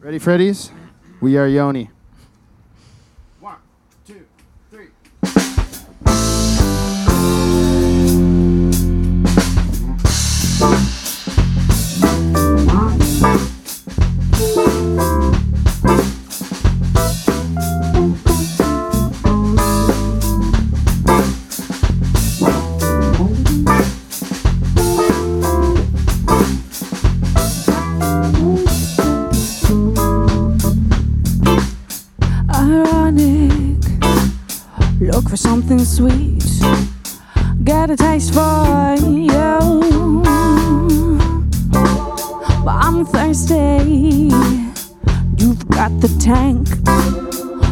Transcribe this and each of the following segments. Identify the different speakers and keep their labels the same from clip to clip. Speaker 1: Ready, Freddies? We are Yoni. One, two, three.
Speaker 2: ironic. Look for something sweet. Get a taste for you. But I'm thirsty. You've got the tank.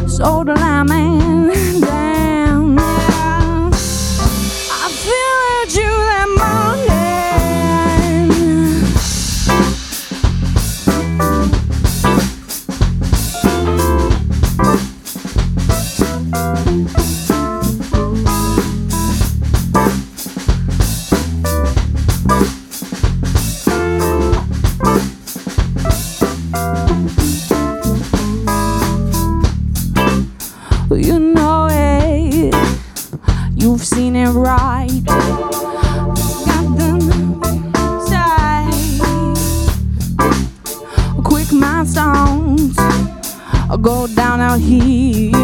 Speaker 2: So the lemon down. Yeah. I feared you that morning. You know it. You've seen it right. Got them tight. Quick milestones go down out here.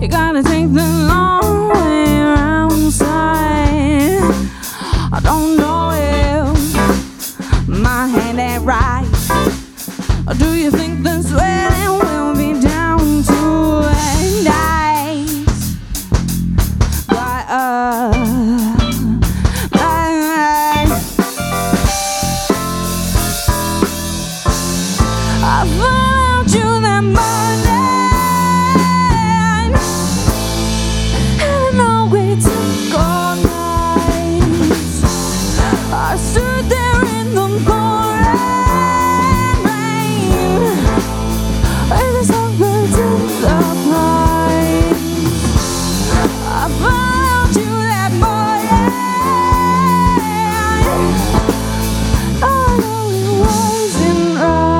Speaker 2: You gotta take the long way around side. I don't know if my hand ain't right. Or Do you think the swelling will be down to end ice? Why, uh, I, I found you that morning, and no way to go night. I stood there in the pouring rain with a songbird in the pines. I found you that morning. I know it wasn't right.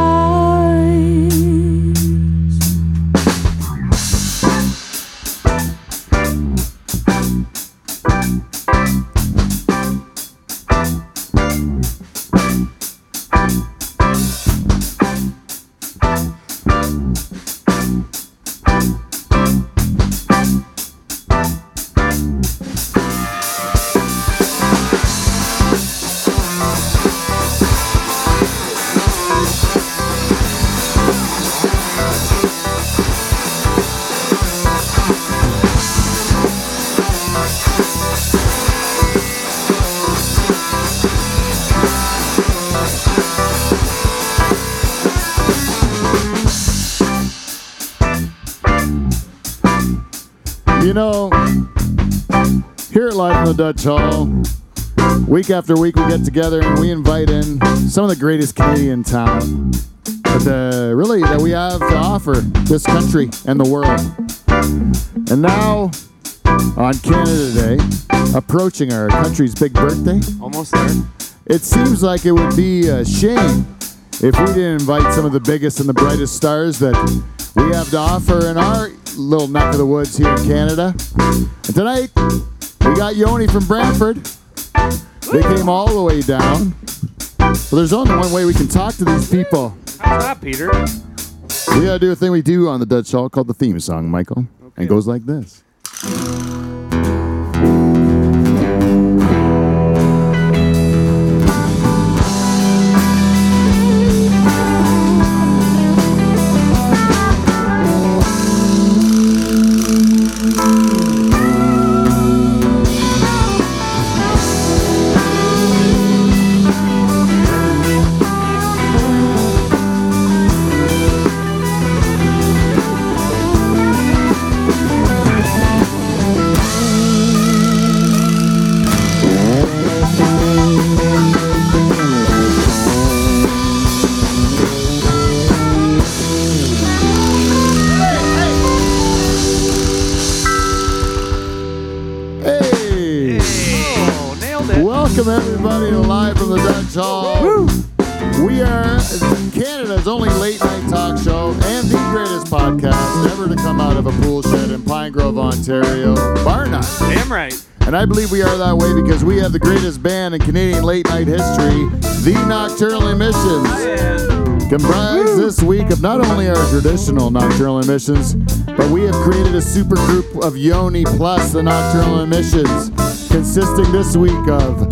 Speaker 1: You know, here at Live from the Dutch Hall, week after week we get together and we invite in some of the greatest Canadian talent that the, really that we have to offer this country and the world. And now on Canada Day, approaching our country's big birthday,
Speaker 3: Almost there.
Speaker 1: it seems like it would be a shame if we didn't invite some of the biggest and the brightest stars that we have to offer in our little neck of the woods here in Canada. And tonight, we got Yoni from Brantford. They came all the way down. Well, there's only one way we can talk to these people.
Speaker 3: How's that, Peter?
Speaker 1: We gotta do a thing we do on the Dutch Hall called the theme song, Michael. And it goes like this. Oh, talk show and the greatest podcast ever to come out of a pool shed in Pine Grove, Ontario, bar none.
Speaker 3: Damn right.
Speaker 1: And I believe we are that way because we have the greatest band in Canadian late night history, The Nocturnal Emissions comprised this week of not only our traditional nocturnal emissions, but we have created a supergroup of Yoni plus the nocturnal emissions, consisting this week of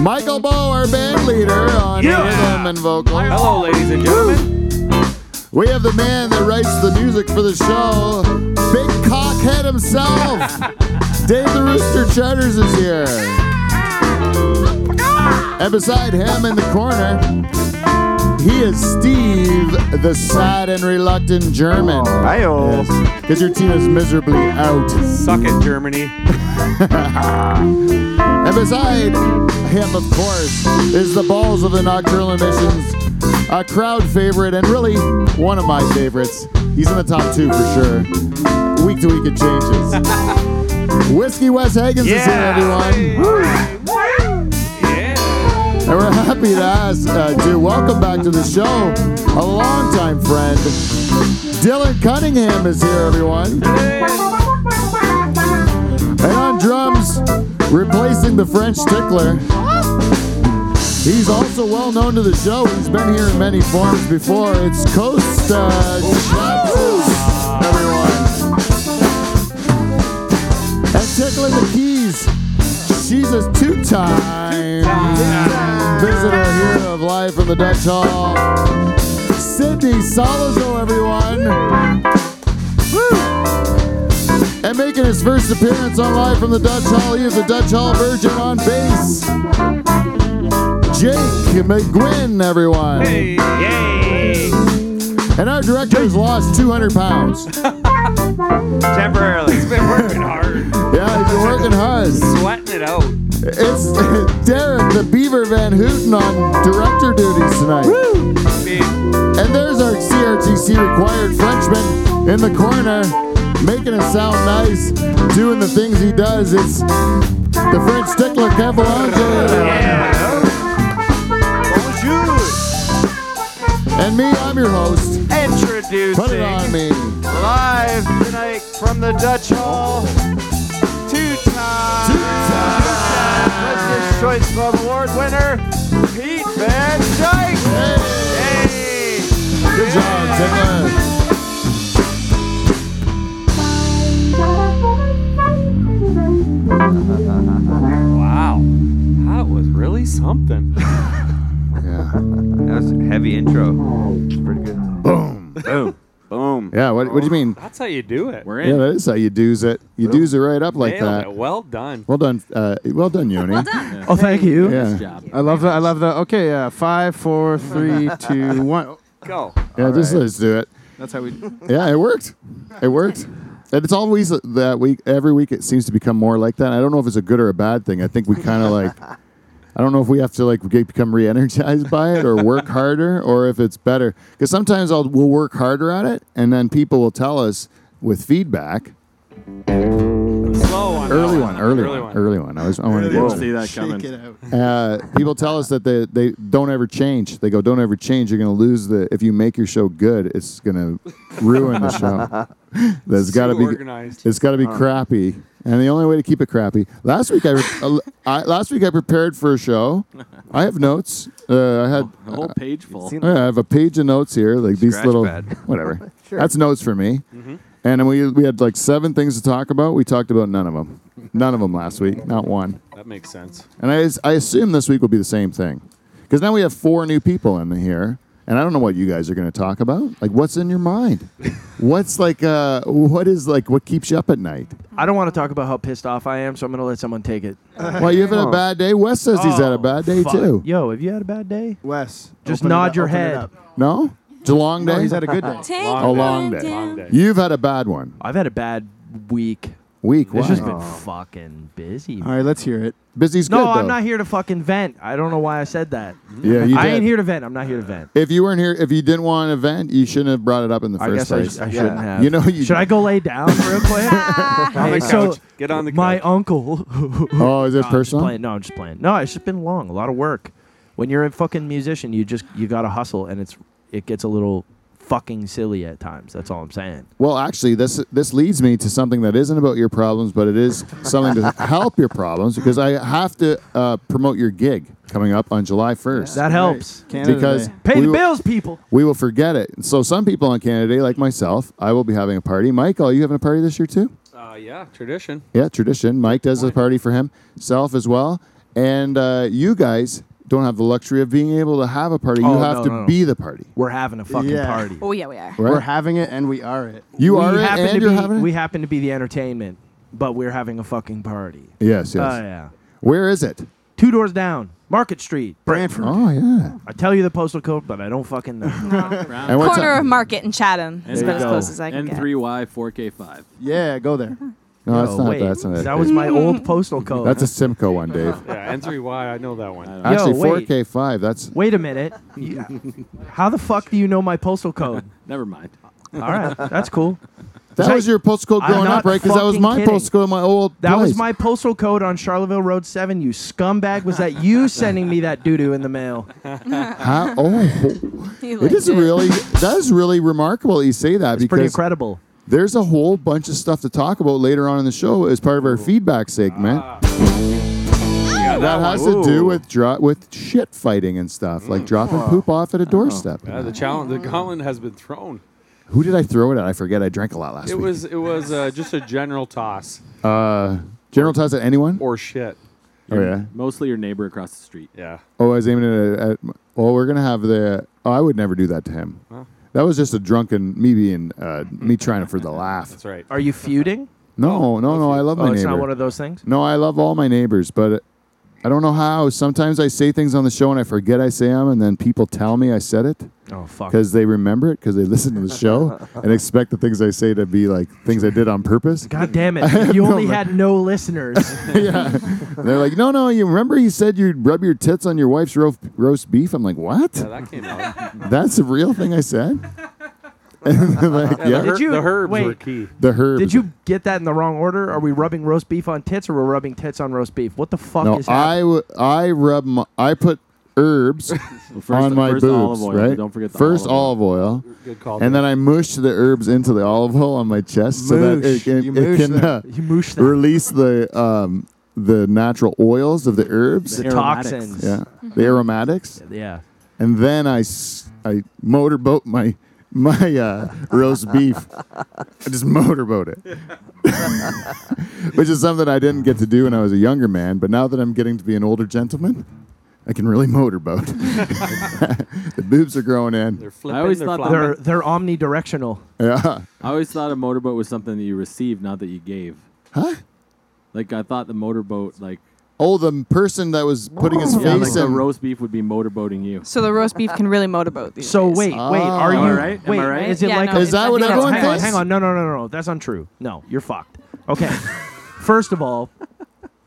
Speaker 1: Michael Bow, our band leader, on
Speaker 3: Yeah.
Speaker 1: rhythm and vocal.
Speaker 3: Hello, ladies and gentlemen.
Speaker 1: We have the man that writes the music for the show, Big Cockhead himself. Dave the Rooster Chatters is here. And beside him in the corner, he is Steve, the sad and reluctant German.
Speaker 3: Hi-yo.
Speaker 1: Because your team is miserably out.
Speaker 3: Suck it, Germany.
Speaker 1: And beside him, of course, is the balls of the Nocturnal Emissions, a crowd favorite and really one of my favorites. He's in the top two for sure. Week to week it changes. Whiskey Wes Higgins is here, everyone.
Speaker 3: Yeah.
Speaker 1: And we're happy to ask, uh, to welcome back to the show a longtime friend. Dylan Cunningham is here, everyone. And on drums, replacing the French tickler. He's also well known to the show. He's been here in many forms before. It's Costa Chaps, everyone. And tickling the keys. She's a two-time visitor here of Live from the Dutch Hall. Sydney Salazar, everyone. And making his first appearance on Live from the Dutch Hall, he is a Dutch Hall virgin on bass. Jake McGuinn, everyone.
Speaker 3: Yay.
Speaker 1: And our director has lost 200 pounds.
Speaker 3: Temporarily. He's been working hard.
Speaker 1: Yeah, he's been working hard.
Speaker 3: Sweating it out.
Speaker 1: It's Derek the Beaver Van Hooten on director duties tonight.
Speaker 3: Big.
Speaker 1: And there's our CRTC required Frenchman in the corner, making it sound nice, doing the things he does. It's the French stickler Cavalante.
Speaker 3: Yeah.
Speaker 1: And me, I'm your host. Put it on
Speaker 4: Introducing
Speaker 1: me.
Speaker 4: live tonight from the Dutch
Speaker 1: Oh.
Speaker 4: Hall, two-time President's Choice Club Award winner, Pete Van Dyke.
Speaker 1: Hey,
Speaker 4: Hey!
Speaker 1: good job, Tickler.
Speaker 3: Wow. That was really something.
Speaker 1: Yeah.
Speaker 5: That was a heavy intro.
Speaker 4: Pretty good.
Speaker 1: Boom.
Speaker 5: Boom. Boom.
Speaker 1: Yeah, what, what do you mean?
Speaker 3: That's how you do it.
Speaker 5: We're
Speaker 1: Yeah,
Speaker 5: in.
Speaker 1: that is how you do's it. You do's it right up like
Speaker 3: Nailed
Speaker 1: that.
Speaker 3: it. Well done.
Speaker 1: Well done, uh, well done, Yoni.
Speaker 4: Oh, thank you.
Speaker 1: Yeah,
Speaker 4: I love that. I love that. Okay, uh, five, four, three, two, one.
Speaker 3: Go.
Speaker 1: yeah, just let's do it.
Speaker 4: That's how we.
Speaker 1: Yeah, it worked. It worked. And it's always that week. Every week, it seems to become more like that. I don't know if it's a good or a bad thing. I think we kind of like. I don't know if we have to like get, become re-energized by it or work harder or if it's better. Because sometimes I'll we'll work harder on it, and then people will tell us with feedback.
Speaker 3: Slow on that
Speaker 1: Early one, early, one, early one. I was. I want to
Speaker 5: Didn't
Speaker 1: get
Speaker 5: see that coming.
Speaker 1: uh, people tell us that they, they don't ever change. They go, don't ever change. You're going to lose the. If you make your show good, it's going to ruin the show. There's got to
Speaker 3: Too
Speaker 1: be.
Speaker 3: organized.
Speaker 1: It's got to be crappy, and the only way to keep it crappy. Last week I, re- uh, I last week I prepared for a show. I have notes. Uh, I had.
Speaker 5: Whole page full.
Speaker 1: Yeah, I have a page of notes here, like these
Speaker 5: Scratch
Speaker 1: little
Speaker 5: pad.
Speaker 1: whatever. That's notes for me. And then we we had like seven things to talk about. We talked about none of them. None of them last week. Not one.
Speaker 3: That makes sense.
Speaker 1: And I, I assume this week will be the same thing. Because now we have four new people in here, and I don't know what you guys are going to talk about. Like, what's in your mind? what's like, uh, what is like, what keeps you up at night?
Speaker 6: I don't want to talk about how pissed off I am, so I'm gonna let someone take it.
Speaker 1: Well, you having a bad day? Wes says he's had a bad day
Speaker 6: Fuck.
Speaker 1: too.
Speaker 6: Yo, have you had a bad day?
Speaker 4: Wes,
Speaker 6: Just
Speaker 4: open it
Speaker 6: nod
Speaker 4: up,
Speaker 6: your
Speaker 4: open it
Speaker 6: head.
Speaker 4: up.
Speaker 1: No? It's a long day?
Speaker 4: No, he's had a good day.
Speaker 7: Take
Speaker 3: Long
Speaker 7: a
Speaker 3: day.
Speaker 1: Long day.
Speaker 3: Long day.
Speaker 1: You've had a bad one.
Speaker 6: I've had a bad week.
Speaker 1: Week. Wow.
Speaker 6: It's just been fucking busy.
Speaker 4: All right, let's hear it.
Speaker 1: Busy's good,
Speaker 6: No, I'm
Speaker 1: though.
Speaker 6: not here to fucking vent. I don't know why I said that.
Speaker 1: Yeah, you
Speaker 6: I
Speaker 1: did.
Speaker 6: ain't here to vent. I'm not here to vent.
Speaker 1: If you weren't here, if you didn't want an event, you shouldn't have brought it up in the
Speaker 6: I
Speaker 1: first
Speaker 6: guess I, I
Speaker 1: place.
Speaker 6: shouldn't
Speaker 4: Yeah.
Speaker 6: have.
Speaker 1: You know, you
Speaker 6: should I go lay down real quick?
Speaker 3: On
Speaker 6: Hey,
Speaker 3: the
Speaker 6: so
Speaker 3: couch. Get on the couch.
Speaker 6: my uncle. No,
Speaker 1: Oh, is it
Speaker 6: I'm just
Speaker 1: personal?
Speaker 6: playing. No, I'm just playing. No, it's just been long. A lot of work. When you're a fucking musician, you just you gotta hustle, and it's it gets a little fucking silly at times. That's all I'm saying.
Speaker 1: Well, actually, this this leads me to something that isn't about your problems, but it is something to help your problems because I have to uh, promote your gig coming up on July first.
Speaker 6: That helps.
Speaker 8: Canada
Speaker 1: because
Speaker 8: Day.
Speaker 6: Pay
Speaker 1: we
Speaker 6: the
Speaker 1: will-
Speaker 6: bills, people.
Speaker 1: we will forget it. So some people on Canada Day, like myself, I will be having a party. Mike, are you having a party this year too?
Speaker 3: Uh, yeah, tradition.
Speaker 1: Yeah, tradition. Mike does a party for himself as well, and uh, you guys don't have the luxury of being able to have a party. you
Speaker 6: Oh,
Speaker 1: have
Speaker 6: no,
Speaker 1: to
Speaker 6: no, no.
Speaker 1: be the party.
Speaker 6: We're having a fucking
Speaker 8: Yeah.
Speaker 6: party.
Speaker 7: Oh yeah, we are.
Speaker 1: Right?
Speaker 8: We're having it and we are it.
Speaker 1: you
Speaker 6: we
Speaker 1: are it,
Speaker 6: happen
Speaker 1: and
Speaker 6: to
Speaker 1: you're
Speaker 6: be,
Speaker 1: having it.
Speaker 6: we happen to be the entertainment, but we're having a fucking party.
Speaker 1: yes, yes.
Speaker 6: Oh yeah.
Speaker 1: Where is it?
Speaker 6: Two doors down, Market Street.
Speaker 8: Branford.
Speaker 1: Oh yeah.
Speaker 6: I tell you the postal code, but I don't fucking know.
Speaker 1: And what's
Speaker 7: Corner
Speaker 1: up?
Speaker 7: of Market and Chatham is
Speaker 6: There you
Speaker 7: about as
Speaker 6: go.
Speaker 7: close as I can get.
Speaker 5: N3Y 4K5.
Speaker 8: Yeah, go there.
Speaker 1: No, that's
Speaker 6: Oh,
Speaker 1: not.
Speaker 6: wait.
Speaker 1: That's not. it.
Speaker 6: That was my old postal code.
Speaker 1: That's a Simcoe one, Dave.
Speaker 3: Yeah, N3Y. I know that one.
Speaker 1: Actually,
Speaker 6: wait.
Speaker 1: 4K5. That's
Speaker 6: Wait a minute. You- How the fuck do you know my postal code?
Speaker 5: Never mind.
Speaker 6: All right, that's cool.
Speaker 1: that
Speaker 6: So-
Speaker 1: was your postcode
Speaker 6: I'm
Speaker 1: growing
Speaker 6: not
Speaker 1: up, right? Because that was
Speaker 6: fucking
Speaker 1: my
Speaker 6: kidding.
Speaker 1: postcode, in my old.
Speaker 6: That was
Speaker 1: place.
Speaker 6: my postal code on Charleville Road 7. You scumbag. Was that you sending me that doo doo in the mail?
Speaker 1: How, oh,
Speaker 7: He
Speaker 1: it
Speaker 7: liked
Speaker 1: is really that is really remarkable. That you say that
Speaker 6: Pretty
Speaker 1: because
Speaker 6: incredible.
Speaker 1: there's a whole bunch of stuff to talk about later on in the show as part of our feedback segment.
Speaker 3: Ah.
Speaker 1: that has to do with dro- with shit fighting and stuff, like dropping poop off at a doorstep.
Speaker 3: Mm. Uh-huh. Yeah, Uh, the challenge, the gauntlet has been thrown.
Speaker 1: Who did I throw it at? I forget. I drank a lot last
Speaker 3: It
Speaker 1: week.
Speaker 3: was it was uh, just a general toss
Speaker 1: uh, General Toss at anyone?
Speaker 3: or shit.
Speaker 1: oh yeah.
Speaker 5: Mostly your neighbor across the street.
Speaker 3: Yeah.
Speaker 1: Oh, I was aiming it at, at. Well, we're gonna have the. Oh, I would never do that to him. That was just a drunken me being uh, me trying for the laugh.
Speaker 3: That's right.
Speaker 6: Are you feuding?
Speaker 1: No, no, no. I love my
Speaker 6: Oh, it's
Speaker 1: neighbor.
Speaker 6: not one of those things?
Speaker 1: no, I love all my neighbors, but I don't know how. Sometimes I say things on the show and I forget I say them, and then people tell me I said it
Speaker 6: Oh, fuck.
Speaker 1: because they remember it because they listen to the show and expect the things I say to be like things I did on purpose.
Speaker 6: God damn it. You
Speaker 1: no
Speaker 6: only
Speaker 1: idea.
Speaker 6: had no listeners.
Speaker 1: yeah. And they're like, no, no. You remember you said you'd rub your tits on your wife's roast, roast beef? I'm like, what?
Speaker 3: Yeah, that came out.
Speaker 1: That's a real thing I said. And they're like,
Speaker 3: The,
Speaker 1: yeah,
Speaker 6: Did
Speaker 3: her-
Speaker 6: you-
Speaker 3: the herbs were
Speaker 6: wait.
Speaker 3: key.
Speaker 1: the herb.
Speaker 6: Did you get that in the wrong order? Are we rubbing roast beef on tits or we're rubbing tits on roast beef? What the fuck
Speaker 1: No,
Speaker 6: is
Speaker 1: I
Speaker 6: happening?
Speaker 1: w- I rub my, I put herbs
Speaker 5: first-
Speaker 1: on my
Speaker 5: first
Speaker 1: boobs,
Speaker 5: olive oil.
Speaker 1: right?
Speaker 5: Don't forget the
Speaker 1: first
Speaker 5: olive
Speaker 1: olive oil,
Speaker 3: Good call.
Speaker 1: and then I mush the herbs into the olive oil on my chest so that it
Speaker 8: Moosh.
Speaker 1: can,
Speaker 8: You
Speaker 1: it
Speaker 8: moosh
Speaker 1: can
Speaker 8: them.
Speaker 1: uh,
Speaker 6: You moosh them.
Speaker 1: release the um, the natural oils of the herbs,
Speaker 6: The
Speaker 5: aromatics.
Speaker 6: toxins.
Speaker 1: yeah,
Speaker 8: Mm-hmm.
Speaker 1: the aromatics,
Speaker 6: Yeah.
Speaker 1: and then I s- I motorboat my my uh, roast beef. I just motorboat it. Which is something I didn't get to do when I was a younger man, but now that I'm getting to be an older gentleman, I can really motorboat. the boobs are growing in.
Speaker 3: they're flipping.
Speaker 5: always
Speaker 3: they're
Speaker 5: thought that-
Speaker 3: flopping.
Speaker 6: They're they're omnidirectional.
Speaker 1: Yeah.
Speaker 5: I always thought a motorboat was something that you received, not that you gave.
Speaker 1: Huh?
Speaker 5: Like I thought the motorboat, like
Speaker 1: Oh, the person that was putting his
Speaker 5: yeah, like
Speaker 1: face
Speaker 5: the
Speaker 1: in.
Speaker 5: roast beef would be motorboating you.
Speaker 7: So the roast beef can really motorboat these
Speaker 6: So
Speaker 7: days.
Speaker 6: wait, wait, are you
Speaker 5: Am I right? Am I
Speaker 6: Wait,
Speaker 5: right?
Speaker 6: is it
Speaker 7: Yeah,
Speaker 6: like
Speaker 7: no,
Speaker 6: a,
Speaker 1: Is that
Speaker 7: I
Speaker 1: what
Speaker 7: think that's
Speaker 1: everyone
Speaker 7: right.
Speaker 6: hang on,
Speaker 1: thinks?
Speaker 6: hang on, no, no, no, no, no, that's untrue. No, you're fucked. Okay, first of all,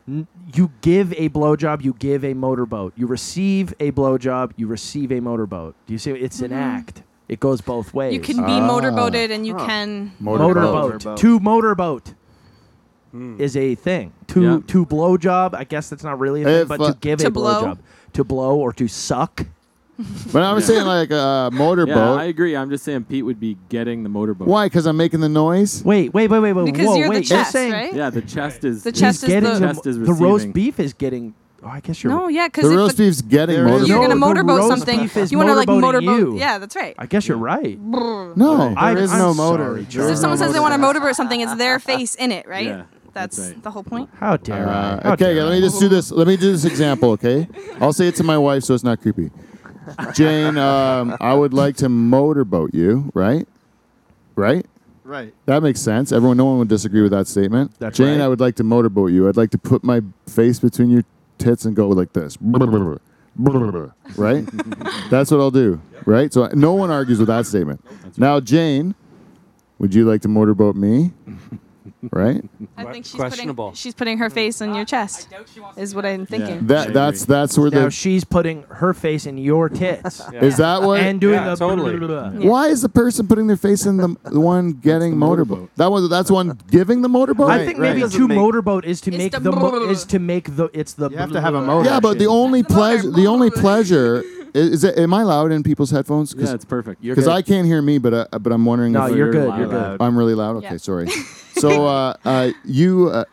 Speaker 6: n- you give a blowjob, you give a motorboat. You receive a blowjob, you receive a motorboat. Do you see? It's an act. It goes both ways.
Speaker 7: Mm-hmm. You can be
Speaker 6: Oh.
Speaker 1: Ah.
Speaker 7: motorboated and you can.
Speaker 6: motorboat.
Speaker 8: Motorboat.
Speaker 6: To motorboat is a thing. To
Speaker 5: Yeah.
Speaker 6: to blowjob, I guess that's not really a thing,
Speaker 1: If,
Speaker 6: but
Speaker 1: uh,
Speaker 6: to give
Speaker 7: To
Speaker 6: a
Speaker 7: blow?
Speaker 6: blowjob, to blow or to suck.
Speaker 1: But I was saying like a
Speaker 5: Yeah,
Speaker 1: motorboat.
Speaker 5: I agree. I'm just saying Pete would be getting the motorboat.
Speaker 1: Why? Because I'm making the noise?
Speaker 6: Wait, wait, wait, wait, wait.
Speaker 7: Because
Speaker 6: whoa,
Speaker 7: you're
Speaker 6: wait.
Speaker 7: the chest,
Speaker 6: you're saying
Speaker 7: right?
Speaker 5: Yeah, the chest is
Speaker 7: The chest
Speaker 6: He's
Speaker 7: is
Speaker 6: getting
Speaker 7: the-
Speaker 6: the,
Speaker 5: Chest is
Speaker 6: the roast
Speaker 5: receiving.
Speaker 6: beef is getting. Oh, I guess you're.
Speaker 7: No, yeah, because
Speaker 1: The roast
Speaker 7: if the,
Speaker 1: beef's getting
Speaker 8: There is
Speaker 1: motorboat.
Speaker 7: you're
Speaker 6: No,
Speaker 7: gonna
Speaker 6: the
Speaker 7: motorboat
Speaker 6: roast
Speaker 7: something,
Speaker 6: beef is
Speaker 7: you want to like
Speaker 6: motorboating
Speaker 7: motorboat.
Speaker 6: you.
Speaker 7: Yeah, that's right.
Speaker 6: I guess you're right.
Speaker 1: No.
Speaker 6: I-
Speaker 8: There is
Speaker 6: I'm
Speaker 8: no
Speaker 6: sorry,
Speaker 8: motor.
Speaker 6: Joe.
Speaker 8: There
Speaker 7: if
Speaker 8: is
Speaker 7: someone
Speaker 8: no
Speaker 7: says they
Speaker 8: motor.
Speaker 7: want to motorboat something, it's their face in it, right?
Speaker 5: Yeah,
Speaker 7: that's
Speaker 5: that's right.
Speaker 7: the whole point.
Speaker 6: How dare I?
Speaker 1: Uh,
Speaker 6: How
Speaker 1: okay,
Speaker 6: dare
Speaker 1: let
Speaker 6: I?
Speaker 1: me just do this. Let me do this example, okay? I'll say it to my wife so it's not creepy. Jane, um, I would like to motorboat you, right? Right?
Speaker 8: Right.
Speaker 1: That makes sense. Everyone, no one would disagree with that statement.
Speaker 6: That's
Speaker 1: Jane,
Speaker 6: right.
Speaker 1: I would like to motorboat you. I'd like to put my face between your tits and go like this. Right? That's what I'll do. Right? So no one argues with that statement. Now, Jane, would you like to motorboat me? Right?
Speaker 7: I
Speaker 3: Que-
Speaker 7: think she's
Speaker 3: questionable.
Speaker 7: putting she's putting her face in your chest. Is what I'm thinking.
Speaker 1: That that's that's where
Speaker 6: Now
Speaker 1: the
Speaker 6: she's putting her face in your tits
Speaker 1: is that what
Speaker 6: and doing
Speaker 3: Yeah,
Speaker 6: the
Speaker 3: totally.
Speaker 7: Yeah.
Speaker 1: Why is the person putting their face in the the one getting motorboat? That one, that's one giving the motorboat.
Speaker 6: I think
Speaker 8: right.
Speaker 6: maybe
Speaker 8: Doesn't
Speaker 6: to
Speaker 8: make-
Speaker 6: motorboat is to
Speaker 7: It's
Speaker 6: make
Speaker 7: the
Speaker 6: the mo-
Speaker 7: brrr.
Speaker 6: is to make the it's the
Speaker 8: You have to have a motor.
Speaker 1: yeah, but the only
Speaker 7: That's the
Speaker 1: pleasure, the only pleasure I- Is it? Am I loud in people's headphones?
Speaker 5: Yeah, it's perfect. You're
Speaker 1: Because I can't hear me, but uh, but I'm wondering.
Speaker 6: No,
Speaker 1: if
Speaker 6: you're good. You're
Speaker 5: loud.
Speaker 6: good.
Speaker 1: I'm really loud. Okay,
Speaker 7: Yeah.
Speaker 1: sorry. So uh, uh, you, uh,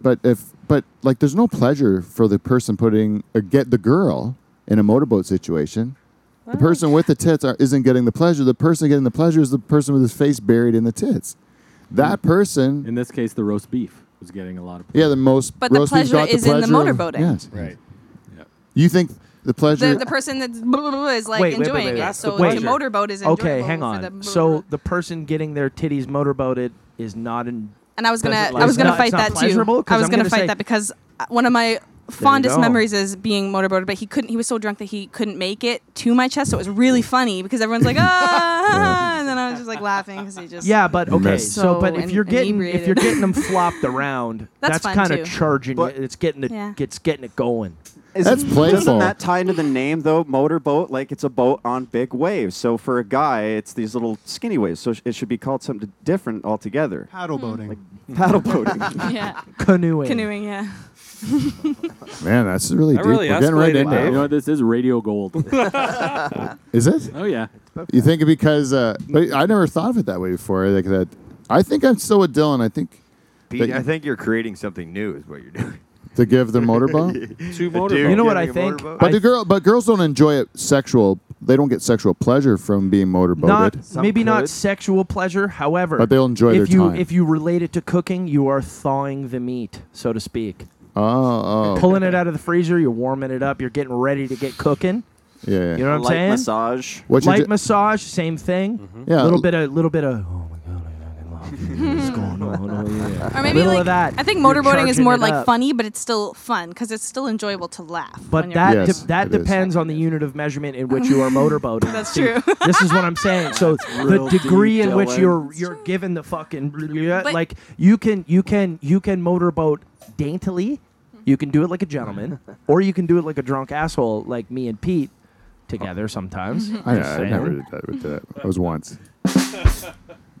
Speaker 1: but if but like, there's no pleasure for the person putting or get the girl in a motorboat situation. The
Speaker 7: Well,
Speaker 1: person with the tits are, isn't getting the pleasure. The person getting the pleasure is the person with his face buried in the tits. That person,
Speaker 5: In this case, the roast beef was getting a lot of.
Speaker 1: yeah, the most.
Speaker 7: But the
Speaker 1: roast beef
Speaker 7: pleasure
Speaker 1: got
Speaker 7: is in the
Speaker 1: pleasure of-
Speaker 7: motorboating.
Speaker 1: Yes,
Speaker 3: Right.
Speaker 1: You think the pleasure?
Speaker 7: the, the person that's blah, blah, blah is like
Speaker 6: Wait, wait, wait,
Speaker 7: enjoying
Speaker 6: wait.
Speaker 7: it.
Speaker 3: That's
Speaker 7: so
Speaker 3: the
Speaker 7: the
Speaker 3: pleasure.
Speaker 7: motorboat is enjoyable
Speaker 6: Okay, hang
Speaker 7: for
Speaker 6: on.
Speaker 7: the blah, blah,
Speaker 6: so
Speaker 7: blah.
Speaker 6: the person getting their titties motorboated is not in.
Speaker 7: and I was gonna
Speaker 6: Doesn't like-
Speaker 7: I was gonna
Speaker 6: It's not-
Speaker 7: fight
Speaker 6: it's not
Speaker 7: that too.
Speaker 6: pleasurable? 'Cause
Speaker 7: I was
Speaker 6: I'm
Speaker 7: gonna,
Speaker 6: gonna say-
Speaker 7: fight that because uh, one of my fondest
Speaker 6: go.
Speaker 7: memories is being motorboated, but he couldn't. He was so drunk that he couldn't make it to my chest. So it was really funny because everyone's like ah, and then I was just like laughing because he just
Speaker 6: Yeah, but okay.
Speaker 1: Messed.
Speaker 6: So, but
Speaker 7: So
Speaker 6: if you're
Speaker 7: in-
Speaker 6: getting if
Speaker 7: inebriated.
Speaker 6: you're getting them flopped around,
Speaker 7: That's
Speaker 6: that's,
Speaker 7: fun,
Speaker 6: kind
Speaker 7: too.
Speaker 6: of charging.
Speaker 4: But-
Speaker 6: it. It's getting it.
Speaker 7: Yeah.
Speaker 6: It's getting it going.
Speaker 1: That's playful.
Speaker 4: Doesn't that tie into the name though? Motorboat, like it's a boat on big waves. So for a guy, it's these little skinny waves. So sh- it should be called something different altogether.
Speaker 8: Paddle boating.
Speaker 3: Hmm.
Speaker 4: Paddle boating.
Speaker 7: yeah.
Speaker 6: Canoeing.
Speaker 7: canoeing yeah.
Speaker 1: Man, that's really
Speaker 3: That
Speaker 1: deep.
Speaker 3: really
Speaker 1: We're getting right
Speaker 3: escalated,
Speaker 1: into
Speaker 5: You
Speaker 1: it.
Speaker 5: know what this is? Radio Gold.
Speaker 1: Is it?
Speaker 5: oh yeah.
Speaker 1: You think it because? Uh, but I never thought of it that way before. Like that. I think I'm still with Dylan. I think
Speaker 9: Pete, I think you're creating something new, is what you're doing.
Speaker 1: to give the motorboat.
Speaker 3: Two motorboat.
Speaker 9: Dude,
Speaker 6: You know what
Speaker 9: giving
Speaker 6: I
Speaker 9: a
Speaker 6: think?
Speaker 9: motorboat?
Speaker 1: But
Speaker 6: I
Speaker 1: the
Speaker 6: th-
Speaker 1: girl, but girls don't enjoy it sexual. They don't get sexual pleasure from being
Speaker 6: Not
Speaker 1: motorboated.
Speaker 4: Some
Speaker 6: maybe not
Speaker 4: could.
Speaker 6: sexual pleasure. However,
Speaker 1: But they'll enjoy
Speaker 6: if
Speaker 1: their
Speaker 6: you
Speaker 1: time.
Speaker 6: if you relate it to cooking, you are thawing the meat, so to speak.
Speaker 1: oh, oh,
Speaker 6: Pulling it out of the freezer, you're warming it up, you're getting ready to get cooking.
Speaker 1: yeah.
Speaker 6: You
Speaker 1: yeah.
Speaker 6: know what I'm
Speaker 4: Light
Speaker 6: saying?
Speaker 4: massage. Mm-hmm.
Speaker 1: What's your
Speaker 6: Light
Speaker 1: j-
Speaker 6: massage, same thing.
Speaker 1: yeah,
Speaker 6: A little
Speaker 1: l-
Speaker 6: bit of little bit of. Oh my god, I fucking love you. What's going on? Oh, yeah.
Speaker 7: Or maybe
Speaker 6: Middle of
Speaker 7: like
Speaker 6: that,
Speaker 7: I think
Speaker 6: you're
Speaker 7: motorboating is
Speaker 6: charging
Speaker 7: more
Speaker 6: it
Speaker 7: like
Speaker 6: up.
Speaker 7: funny, but it's still fun because it's still enjoyable to laugh.
Speaker 6: But
Speaker 7: when you're-
Speaker 6: that de-
Speaker 1: Yes,
Speaker 6: that
Speaker 1: it is.
Speaker 6: depends on the unit of measurement in which you are motorboating.
Speaker 7: That's
Speaker 6: See,
Speaker 7: true.
Speaker 6: this is what I'm saying. So the
Speaker 5: real
Speaker 6: degree
Speaker 5: deep,
Speaker 6: in which
Speaker 5: Dylan.
Speaker 6: you're you're given the fucking blah, blah, blah,
Speaker 7: But-
Speaker 6: like you can you can you can motorboat daintily, you can do it like a gentleman, or you can do it like a drunk asshole like me and Pete together sometimes.
Speaker 1: I,
Speaker 6: Just
Speaker 1: I
Speaker 6: saying.
Speaker 1: never did that. With that. I was once.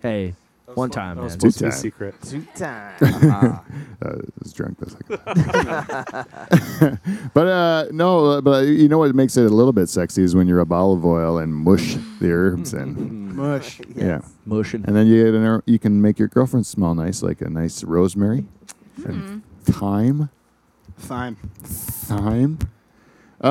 Speaker 6: Hey, one time,
Speaker 3: That was
Speaker 6: man.
Speaker 3: supposed to be
Speaker 1: Two times.
Speaker 3: secret.
Speaker 1: Uh, I was drunk the second time. but uh, no, uh, but you know what makes it a little bit sexy is when you're up olive oil and mush the herbs and
Speaker 8: Mush.
Speaker 1: yeah,
Speaker 6: motion.
Speaker 1: and then you get an, ar- you can make your girlfriend smell nice, like a nice rosemary, and thyme,
Speaker 8: Fine.
Speaker 1: thyme.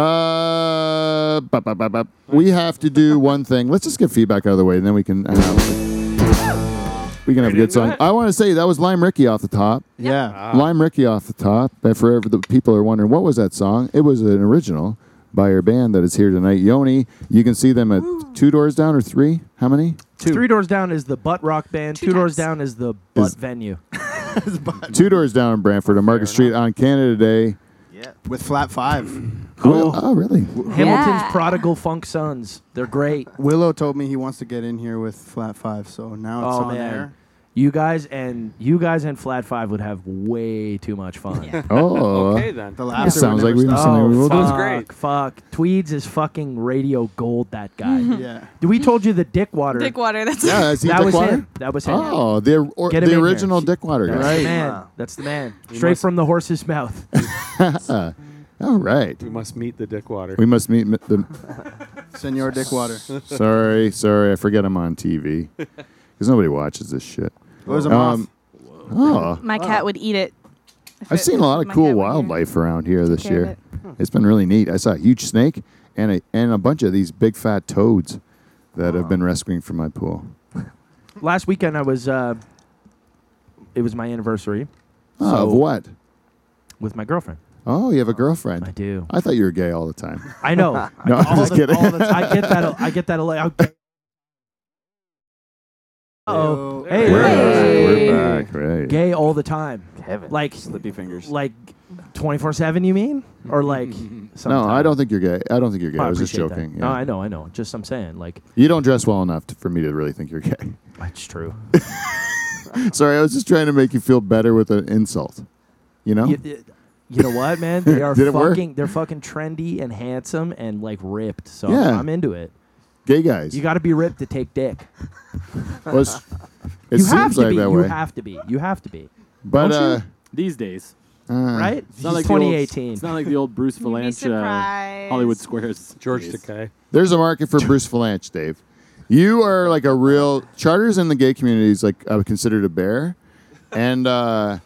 Speaker 1: Uh, bop, bop, bop, bop. we have to do one thing. Let's just get feedback out of the way, and then we can uh, we can have a good song. I want to say that was Lime Ricky off the top.
Speaker 8: Yeah.
Speaker 1: Lime Ricky off the top. And for the people who are wondering, what was that song? It was an original by your band that is here tonight, Yoni. You can see them at two doors down or three. How many?
Speaker 6: Three doors down is the butt rock band. Two,
Speaker 7: Two
Speaker 6: doors
Speaker 7: times.
Speaker 6: down is the butt
Speaker 1: Is-
Speaker 6: venue.
Speaker 1: Two doors down in Brantford on Market Street on Canada Day.
Speaker 9: Yeah.
Speaker 8: With flat five.
Speaker 1: Who- oh, really?
Speaker 6: Hamilton's
Speaker 7: Yeah.
Speaker 6: Prodigal Funk Sons. They're great.
Speaker 8: Willow told me he wants to get in here with flat five, so now it's
Speaker 6: Oh,
Speaker 8: on
Speaker 6: man.
Speaker 8: air.
Speaker 6: You guys and you guys and Flat Five would have way too much fun. Oh,
Speaker 1: Oh,
Speaker 3: Okay then.
Speaker 8: The
Speaker 1: that
Speaker 8: laughter
Speaker 1: sounds
Speaker 8: would
Speaker 1: like
Speaker 8: never
Speaker 1: we have
Speaker 8: stop.
Speaker 1: something we will
Speaker 6: fuck,
Speaker 1: do.
Speaker 3: was great.
Speaker 6: Fuck, Tweeds is fucking radio gold. That
Speaker 2: Mm-hmm.
Speaker 6: guy.
Speaker 8: Yeah.
Speaker 6: we told you the Dick Water.
Speaker 7: Dick water. That's
Speaker 1: Yeah, that's
Speaker 6: that was
Speaker 1: Dickwater?
Speaker 6: him. That was him.
Speaker 1: Oh, the, or,
Speaker 6: Get him
Speaker 1: the
Speaker 6: in here.
Speaker 1: original Dickwater
Speaker 6: That's
Speaker 1: guy.
Speaker 6: the man. That's the man. Straight
Speaker 3: must-
Speaker 6: from the horse's mouth.
Speaker 1: All right.
Speaker 3: We must meet the Dickwater.
Speaker 1: We must meet m- the
Speaker 8: Senor Dickwater.
Speaker 1: Sorry, sorry, I forget I'm on TV because nobody watches this shit.
Speaker 8: What was a moth?
Speaker 1: Um, oh,
Speaker 7: my cat would eat it. if
Speaker 1: I've
Speaker 7: it-
Speaker 1: seen a lot of
Speaker 7: my
Speaker 1: cool
Speaker 7: cat would eat it.
Speaker 1: wildlife around here this
Speaker 7: care of
Speaker 1: year. It's been really neat. I saw a huge snake and a and a bunch of these big fat toads that have been rescuing from my pool.
Speaker 6: Last weekend I was. Uh, it was my anniversary
Speaker 1: Oh, of
Speaker 6: So-
Speaker 1: what?
Speaker 6: with my girlfriend.
Speaker 1: Oh, you have a
Speaker 6: I
Speaker 1: girlfriend.
Speaker 6: do.
Speaker 1: I thought you were gay all the time.
Speaker 6: I know.
Speaker 1: No, I'm just kidding.
Speaker 6: I get that. a- I get that. a lot. Oh, hey,
Speaker 1: We're
Speaker 7: Hey.
Speaker 1: back. We're back. Right.
Speaker 6: gay all the time.
Speaker 4: Heaven.
Speaker 6: Like
Speaker 4: slippy fingers.
Speaker 6: like 24/7 you mean? Or like
Speaker 1: Mm-hmm. No,
Speaker 6: sometime?
Speaker 1: I don't think you're gay. I don't think you're gay.
Speaker 6: Oh,
Speaker 1: I, was just
Speaker 6: appreciate that.
Speaker 1: joking.
Speaker 6: No,
Speaker 1: yeah.
Speaker 6: I know, I know. Just I'm saying like
Speaker 1: You don't dress well enough to, for me to really think you're gay.
Speaker 6: that's true.
Speaker 1: Sorry, I was just trying to make you feel better with an insult. You know?
Speaker 6: You, you- you know what, man? They are
Speaker 1: Did it work?
Speaker 6: fucking they're fucking trendy and handsome and like ripped. So
Speaker 1: Yeah.
Speaker 6: I'm into it.
Speaker 1: gay guys.
Speaker 6: You got to be ripped to take dick.
Speaker 1: Well, it's- it
Speaker 6: you
Speaker 1: seems
Speaker 6: have to
Speaker 1: like
Speaker 6: be.
Speaker 1: that
Speaker 6: you
Speaker 1: way.
Speaker 6: have to be. You have to be.
Speaker 1: but
Speaker 5: Don't you?
Speaker 1: uh,
Speaker 5: These days.
Speaker 6: right?
Speaker 5: It's not
Speaker 6: He's
Speaker 5: like the old-
Speaker 6: 2018.
Speaker 5: it's not like the old Bruce
Speaker 7: be
Speaker 5: Valanche uh,
Speaker 7: surprised.
Speaker 5: Hollywood Squares.
Speaker 3: George
Speaker 5: days.
Speaker 3: Takei.
Speaker 1: There's a market for Bruce Valanche, Dave. You are like a real charters in the gay community is like uh, considered a bear, and uh,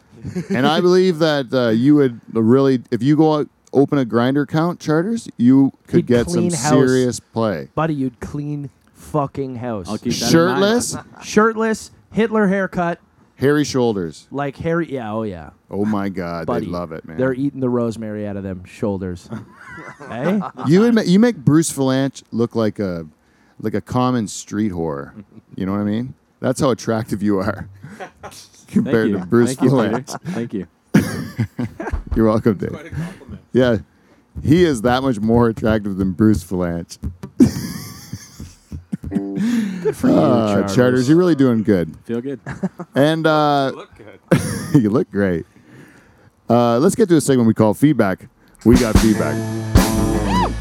Speaker 1: and I believe that uh, you would really if you go out open a grinder account charters you could
Speaker 6: He'd
Speaker 1: get some
Speaker 6: clean house.
Speaker 1: serious play.
Speaker 6: Buddy, you'd clean fucking house.
Speaker 5: I'll keep that in mind.
Speaker 1: Shirtless,
Speaker 6: Shirtless, Hitler haircut,
Speaker 1: hairy shoulders.
Speaker 6: like Harry. Yeah, oh yeah.
Speaker 1: Oh my God,
Speaker 6: Buddy,
Speaker 1: they love it, man.
Speaker 6: They're eating the rosemary out of them shoulders. hey?
Speaker 1: you would ma- you make Bruce Valanche look like a like a common street whore. You know what I mean? That's how attractive you are compared
Speaker 5: Thank you.
Speaker 1: to Bruce
Speaker 5: Thank you, Peter.
Speaker 1: Valanche.
Speaker 5: Thank you.
Speaker 1: You're welcome, Dave.
Speaker 3: compliment.
Speaker 1: Yeah, he is that much more attractive than Bruce Valanche.
Speaker 6: Good for you,
Speaker 1: Uh,
Speaker 6: Charters.
Speaker 1: Charters, you're really doing good,
Speaker 5: Feel good.
Speaker 1: and uh,
Speaker 3: Look good.
Speaker 1: you look great. Uh, let's get to a segment we call feedback. We got feedback.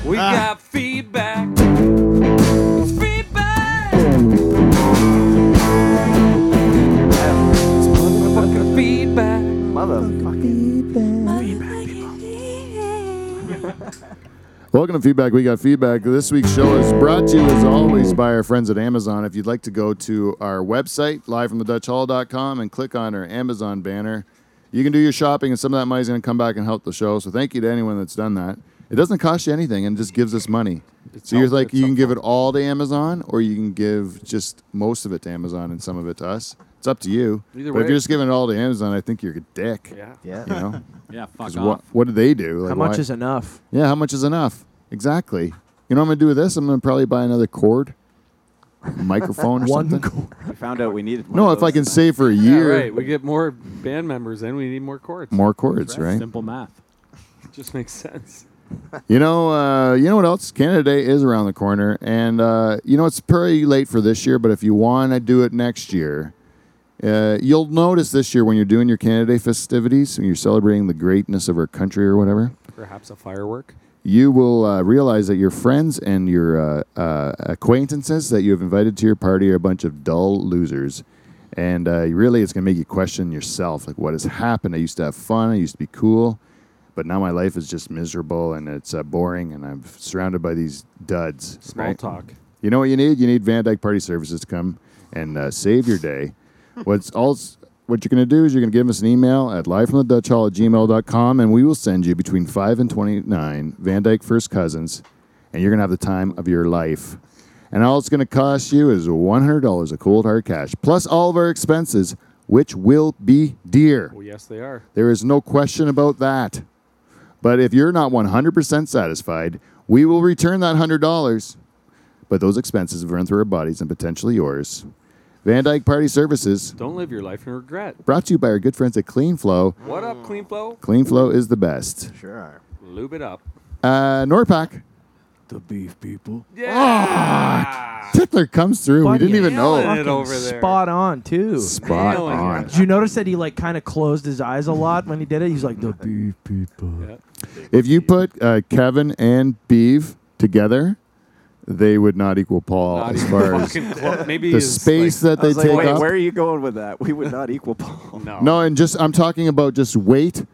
Speaker 3: We got feedback. It's feedback. It's motherfucking feedback.
Speaker 1: Welcome to feedback. We got feedback. This week's show is brought to you, as always, by our friends at Amazon. If you'd like to go to our website, livefromthedutchhall.com, and click on our Amazon banner, you can do your shopping, and some of that money's going to come back and help the show. So thank you to anyone that's done that. It doesn't cost you anything, and just gives us money. So you're
Speaker 3: helpful.
Speaker 1: like
Speaker 3: It's
Speaker 1: you can give it all to Amazon, or you can give just most of it to Amazon and some of it to us. It's up to you.
Speaker 3: Either
Speaker 1: but if
Speaker 3: way.
Speaker 1: you're just giving it all to Amazon, I think you're a dick.
Speaker 3: Yeah.
Speaker 1: You know,
Speaker 5: Yeah,
Speaker 1: 'Cause
Speaker 5: fuck
Speaker 1: what
Speaker 5: off.
Speaker 1: what do they do? Like,
Speaker 6: How much
Speaker 1: why-
Speaker 6: is enough?
Speaker 1: Yeah, how much is enough? Exactly. You know what I'm gonna do with this? I'm gonna probably buy another cord, microphone or
Speaker 6: One
Speaker 1: something.
Speaker 6: qu-
Speaker 4: I found out we needed. one
Speaker 1: No,
Speaker 4: of
Speaker 1: if I
Speaker 4: those.
Speaker 1: can save for a
Speaker 3: Yeah,
Speaker 1: year,
Speaker 3: right. We get more band members, then we need more chords.
Speaker 1: more cords, right?
Speaker 5: Simple math.
Speaker 3: Just makes sense.
Speaker 1: You know, uh, you know what else? Canada Day is around the corner, and uh, you know it's pretty late for this year. But if you want to do it next year, uh, you'll notice this year when you're doing your Canada Day festivities, when you're celebrating the greatness of our country or whatever,
Speaker 3: Perhaps a firework.
Speaker 1: you will uh, realize that your friends and your uh, uh, acquaintances that you have invited to your party are a bunch of dull losers. And uh, really, it's going to make you question yourself. Like, what has happened? I used to have fun. I used to be cool. But now my life is just miserable and it's uh, boring and I'm surrounded by these duds.
Speaker 3: Small
Speaker 1: right?
Speaker 3: talk.
Speaker 1: You know what you need? You need Van Dyke Party Services to come and uh, save your day. What's also, what you're going to do is you're going to give us an email at livefromthedutchhall at gmail.com, and we will send you between 5 and 29 Van Dyke First Cousins, and you're going to have the time of your life. And all it's going to cost you is $100 of cold hard cash, plus all of our expenses, which will be dear.
Speaker 3: Well, yes, they are.
Speaker 1: There is no question about that. But if you're not 100% satisfied, we will return that $100. But those expenses have run through our bodies and potentially yours. Van Dyke Party Services,
Speaker 3: Don't live your life in regret.
Speaker 1: brought to you by our good friends at Clean Flow.
Speaker 3: What up, Clean Flow?
Speaker 1: Clean Flow is the best.
Speaker 9: Sure.
Speaker 3: Lube it up.
Speaker 1: Uh, Norpak,
Speaker 5: The beef people.
Speaker 3: Yeah.
Speaker 1: Tickler comes through. We
Speaker 6: Buddy,
Speaker 1: didn't even
Speaker 3: nailed
Speaker 1: know.
Speaker 3: it.
Speaker 6: fucking
Speaker 3: over there.
Speaker 6: Spot on, too.
Speaker 1: Spot
Speaker 3: Nailing
Speaker 1: on.
Speaker 6: Did you notice that he like kind of closed his eyes a lot when he did it? He's like the beef people.
Speaker 3: Yeah.
Speaker 1: If you put uh, Kevin and Beeve together, they would not equal Paul
Speaker 3: Not
Speaker 1: as
Speaker 3: even
Speaker 1: far as
Speaker 3: fucking close. Maybe
Speaker 1: the
Speaker 3: it's
Speaker 1: space
Speaker 3: like,
Speaker 1: that
Speaker 4: I
Speaker 1: they
Speaker 4: was
Speaker 1: take
Speaker 4: like, wait,
Speaker 1: up.
Speaker 4: where are you going with that? We would not equal Paul.
Speaker 3: no.
Speaker 1: No, and just I'm talking about just weight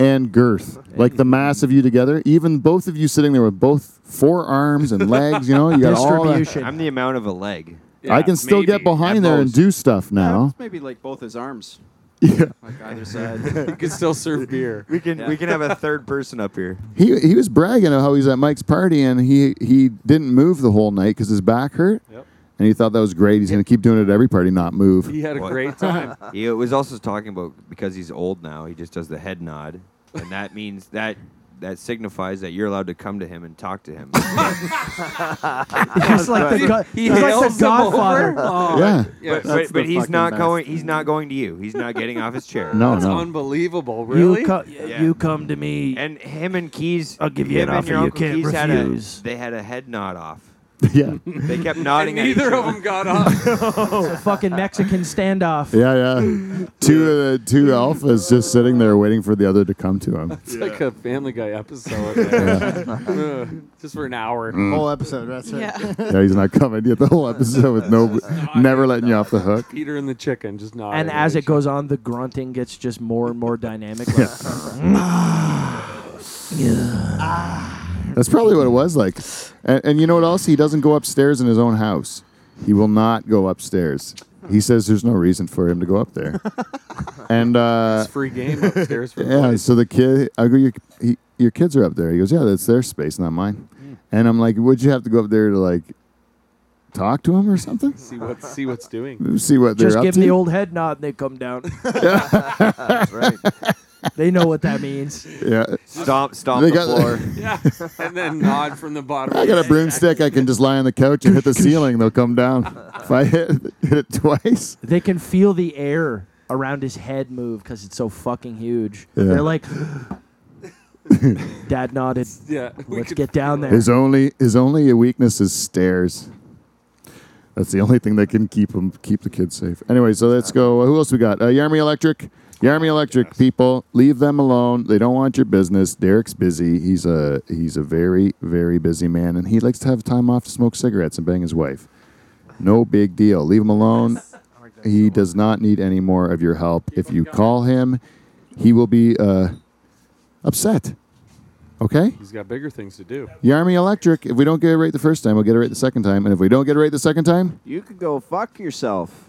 Speaker 1: and girth, like the mass of you together. Even both of you sitting there with both forearms and legs, you know, you got all that.
Speaker 6: Distribution.
Speaker 9: I'm the amount of a leg.
Speaker 1: I can still get
Speaker 9: maybe,
Speaker 1: behind
Speaker 9: at
Speaker 1: there and
Speaker 9: most.
Speaker 1: do stuff now.
Speaker 4: Maybe like both his arms,
Speaker 1: Yeah.
Speaker 4: like either side.
Speaker 3: You can still serve beer.
Speaker 9: We can we can have a third person up here.
Speaker 1: He he was bragging of how he was at Mike's party and he he didn't move the whole night because his back hurt,
Speaker 3: Yep.
Speaker 1: and he thought that was great. He's gonna keep doing it at every party, not move.
Speaker 3: He had a
Speaker 9: What?
Speaker 3: great time.
Speaker 9: He was also talking about because he's old now, he just does the head nod, and that means that that signifies that you're allowed to come to him and talk to him.
Speaker 6: He's like the, go-
Speaker 9: He
Speaker 6: he's like
Speaker 9: hails
Speaker 6: the
Speaker 9: him over?
Speaker 1: Oh,
Speaker 6: Godfather.
Speaker 1: Yeah,
Speaker 3: Yeah,
Speaker 9: but but, but
Speaker 5: the
Speaker 9: he's
Speaker 5: fucking
Speaker 9: not
Speaker 5: best.
Speaker 9: going. He's not going to you. He's not getting off his chair.
Speaker 1: no,
Speaker 3: That's
Speaker 1: no.
Speaker 3: unbelievable. Really?
Speaker 6: You, co-
Speaker 9: Yeah.
Speaker 6: you come to me.
Speaker 9: And him and Keys.
Speaker 6: I'll give you
Speaker 9: him
Speaker 6: an
Speaker 9: and
Speaker 6: offer
Speaker 9: your
Speaker 6: you
Speaker 9: Uncle
Speaker 6: can't
Speaker 9: Keys had a-
Speaker 6: refuse.
Speaker 9: they had a head nod off.
Speaker 1: yeah,
Speaker 9: They kept
Speaker 3: And
Speaker 9: nodding at each
Speaker 3: neither of
Speaker 9: other.
Speaker 3: them got up.
Speaker 6: It's a fucking Mexican standoff.
Speaker 1: yeah, yeah. Two uh, two alphas just sitting there waiting for the other to come to him.
Speaker 3: It's like a Family Guy episode. Ugh, Just for an hour.
Speaker 1: Mm.
Speaker 8: Whole episode. That's right.
Speaker 7: Yeah.
Speaker 1: Yeah, he's not coming. Yet the whole episode with no, never letting you off the hook.
Speaker 3: Peter and the chicken just not.
Speaker 6: And as it goes on, the grunting gets just more and more dynamic. Like,
Speaker 1: That's probably what it was like. And, and you know what else? He doesn't go upstairs in his own house. He will not go upstairs. He says there's no reason for him to go up there. and uh,
Speaker 3: It's free game upstairs for the
Speaker 1: yeah,
Speaker 3: boys.
Speaker 1: so the kid, I go, your, he, your kids are up there. He goes, yeah, that's their space, not mine.
Speaker 6: Hmm.
Speaker 1: And I'm like, would you have to go up there to like talk to him or something?
Speaker 3: See what see what's doing.
Speaker 1: See what they're
Speaker 6: just
Speaker 1: up
Speaker 6: give
Speaker 1: to.
Speaker 6: them the old head nod and they come down. They know what that means.
Speaker 1: yeah,
Speaker 9: Stomp, stomp
Speaker 1: They
Speaker 9: the
Speaker 1: got-
Speaker 9: floor.
Speaker 3: Yeah, and then nod from the bottom.
Speaker 1: I got a broomstick. I can just lie on the couch and hit the ceiling. They'll come down. If I hit, hit it twice,
Speaker 6: They can feel the air around his head move because it's so fucking huge.
Speaker 1: Yeah.
Speaker 6: They're like, Dad nodded.
Speaker 3: Yeah, we
Speaker 6: Let's
Speaker 3: could-
Speaker 6: get down there.
Speaker 1: His only his only weakness is stairs. That's the only thing that can keep him keep the kids safe. Anyway, so let's go. Who else we got? Uh, Yarmy Electric. Yarmy Electric people, leave them alone. They don't want your business. Derek's busy. He's a he's a very very busy man, and he likes to have time off to smoke cigarettes and bang his wife. No big deal. Leave him alone. He does not need any more of your help. If you call him, he will be uh, upset. Okay.
Speaker 3: He's got bigger things to do.
Speaker 1: Yarmy Electric, if we don't get it right the first time, we'll get it right the second time. And if we don't get it right the second time,
Speaker 4: You could go fuck yourself.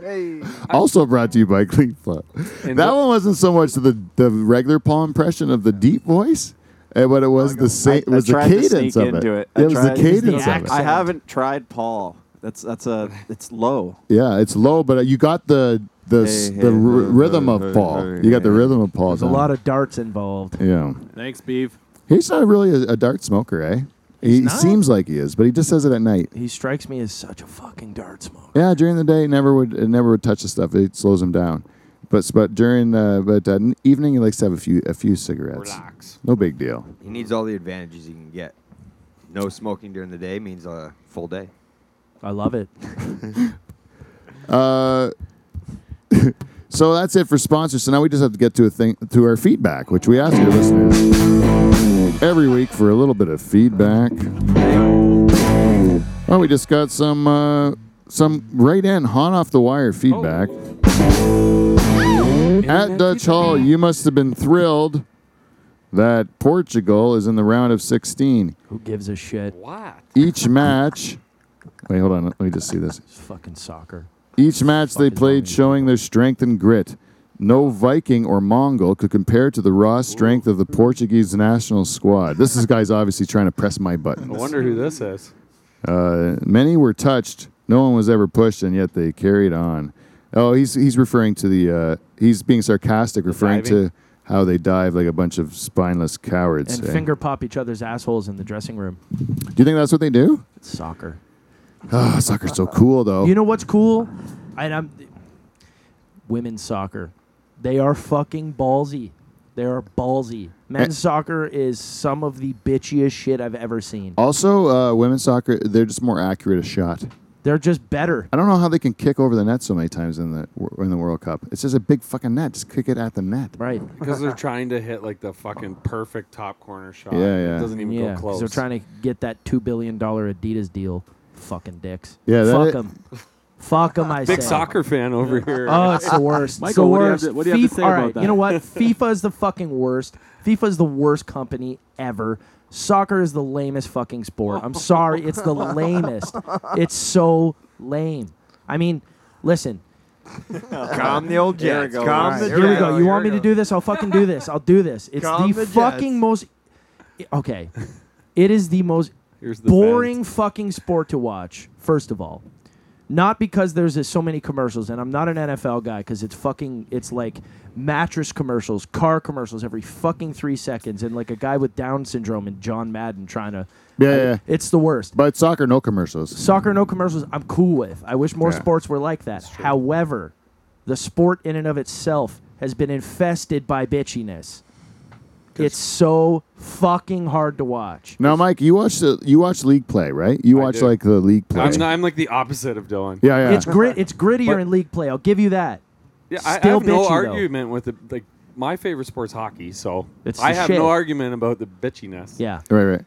Speaker 4: hey.
Speaker 1: also brought to you by Clean Flop. That
Speaker 3: what-
Speaker 1: one wasn't so much the, the regular Paul impression of the deep voice, eh, but it was the sa-
Speaker 4: I-
Speaker 1: it was
Speaker 4: I
Speaker 1: the
Speaker 4: tried to
Speaker 1: cadence
Speaker 4: sneak
Speaker 1: of it.
Speaker 4: into it. I
Speaker 1: It was the
Speaker 4: tried- It was the
Speaker 1: cadence of it.
Speaker 6: accent.
Speaker 4: I haven't tried Paul. That's that's a it's low.
Speaker 1: Yeah, it's low, but uh, you got the the s
Speaker 4: Hey,
Speaker 1: the
Speaker 4: hey,
Speaker 1: r-
Speaker 4: hey,
Speaker 1: rhythm
Speaker 4: hey,
Speaker 1: of
Speaker 4: hey,
Speaker 1: Paul.
Speaker 4: hey,
Speaker 1: you got the
Speaker 4: hey.
Speaker 1: rhythm of Paul.
Speaker 6: There's a
Speaker 1: down.
Speaker 6: lot of darts involved.
Speaker 1: yeah.
Speaker 5: Thanks, Beef.
Speaker 1: He's not really a, a dart smoker, eh? he
Speaker 6: not?
Speaker 1: seems like he is, but he just says it at night.
Speaker 6: He strikes me as such a fucking dart smoker.
Speaker 1: Yeah, during the day, it never would it never would touch the stuff. It slows him down. But but during uh, but uh, n- evening, he likes to have a few a few cigarettes.
Speaker 3: Relax.
Speaker 1: No big deal.
Speaker 9: He needs all the advantages he can get. No smoking during the day means a full day.
Speaker 6: I love it.
Speaker 1: Uh, so that's it for sponsors. So now we just have to get to a thing to our feedback, which we ask you to listen to every week for a little bit of feedback. Well, we just got some uh, some right in hot off the wire feedback.
Speaker 6: Oh.
Speaker 1: At Dutch Hall, you must have been thrilled that Portugal is in the round of 16.
Speaker 6: Who gives a shit?
Speaker 3: What?
Speaker 1: Each match. Wait, hold on. Let me just see this.
Speaker 6: It's fucking soccer.
Speaker 1: Each match they
Speaker 6: Fucking
Speaker 1: played
Speaker 6: Vikings.
Speaker 1: showing their strength and grit. No Viking or Mongol could compare to the raw strength of the Portuguese national squad. This is guy's obviously trying to press my
Speaker 3: I
Speaker 1: button.
Speaker 3: wonder who this is.
Speaker 1: Uh, many were touched. No one was ever pushed, and yet they carried on. Oh, he's he's referring to the. Uh, he's being sarcastic, referring
Speaker 3: diving?
Speaker 1: to how they dive like a bunch of spineless cowards.
Speaker 6: And
Speaker 1: eh?
Speaker 6: finger pop each other's assholes in the dressing room.
Speaker 1: Do you think that's what they do?
Speaker 6: It's soccer.
Speaker 1: Ah, soccer's so cool
Speaker 3: Oh.
Speaker 1: though.
Speaker 6: You know what's cool? And I'm women's soccer. They are fucking ballsy. They are ballsy. Men's
Speaker 3: Eh.
Speaker 6: soccer is some of the bitchiest shit I've ever seen.
Speaker 3: Oh.
Speaker 1: also, uh, women's soccer they're just more accurate a shot.
Speaker 6: They're just better.
Speaker 1: I don't know how they can kick over the net so many times in the in the World Cup. It's just a big fucking net. Just kick it at the net.
Speaker 6: Right.
Speaker 3: Because they're trying to hit like the fucking perfect top corner shot.
Speaker 1: Yeah, yeah.
Speaker 3: It doesn't even
Speaker 6: Yeah.
Speaker 3: go
Speaker 6: 'cause
Speaker 3: close.
Speaker 6: They're trying to get that $2 billion Adidas deal. Fucking dicks.
Speaker 1: Yeah, that
Speaker 6: Fuck
Speaker 1: it-
Speaker 6: them. Fuck them, I
Speaker 3: Big
Speaker 6: say.
Speaker 3: soccer fan over here.
Speaker 1: Uh,
Speaker 6: Oh, it's the worst. it's the
Speaker 5: Michael, what do you have
Speaker 6: worst.
Speaker 5: to- what do you have to
Speaker 6: FIFA
Speaker 5: say
Speaker 6: all
Speaker 5: about
Speaker 6: right,
Speaker 5: that?
Speaker 6: You know what? FIFA is the fucking worst. FIFA is the worst company ever. Soccer is the lamest fucking sport. I'm sorry, it's the lamest. It's so lame. I mean, listen.
Speaker 9: Calm the old
Speaker 4: There we
Speaker 9: jets.
Speaker 4: go.
Speaker 9: Calm
Speaker 4: Alright,
Speaker 9: the
Speaker 6: Here we
Speaker 9: jets.
Speaker 6: go. You want me to do this? I'll fucking do this. I'll do this. It's
Speaker 9: Calm
Speaker 6: the
Speaker 9: the jets.
Speaker 6: fucking most. Okay, it is the most
Speaker 3: Here's the
Speaker 6: boring
Speaker 3: fans.
Speaker 6: fucking sport to watch. First of all, not because there's uh, so many commercials, and I'm not an NFL guy because it's fucking it's like mattress commercials, car commercials every fucking three seconds, and like a guy with Down syndrome and John Madden trying to.
Speaker 1: Yeah,
Speaker 6: I-
Speaker 1: yeah.
Speaker 6: It's the worst.
Speaker 1: But soccer, no commercials.
Speaker 6: Soccer, no commercials. I'm cool with. I wish more
Speaker 1: Yeah.
Speaker 6: sports were like that. However, the sport in and of itself has been infested by bitchiness.
Speaker 3: 'cause-
Speaker 6: It's so fucking hard to watch.
Speaker 1: Now, Mike, you watch the you watch league play, right? You
Speaker 3: I
Speaker 1: watch
Speaker 3: do.
Speaker 1: like the league play.
Speaker 3: I'm, not, I'm like the opposite of Dylan.
Speaker 1: yeah, yeah.
Speaker 6: It's grit. It's grittier
Speaker 3: But-
Speaker 6: in league play. I'll give you that.
Speaker 3: Yeah, I, I
Speaker 6: Still
Speaker 3: have no
Speaker 6: bitchy, though.
Speaker 3: argument with it. Like my favorite sport's hockey, so
Speaker 6: It's
Speaker 3: I
Speaker 6: the
Speaker 3: have
Speaker 6: shit.
Speaker 3: no argument about the bitchiness.
Speaker 6: Yeah.
Speaker 1: right, right.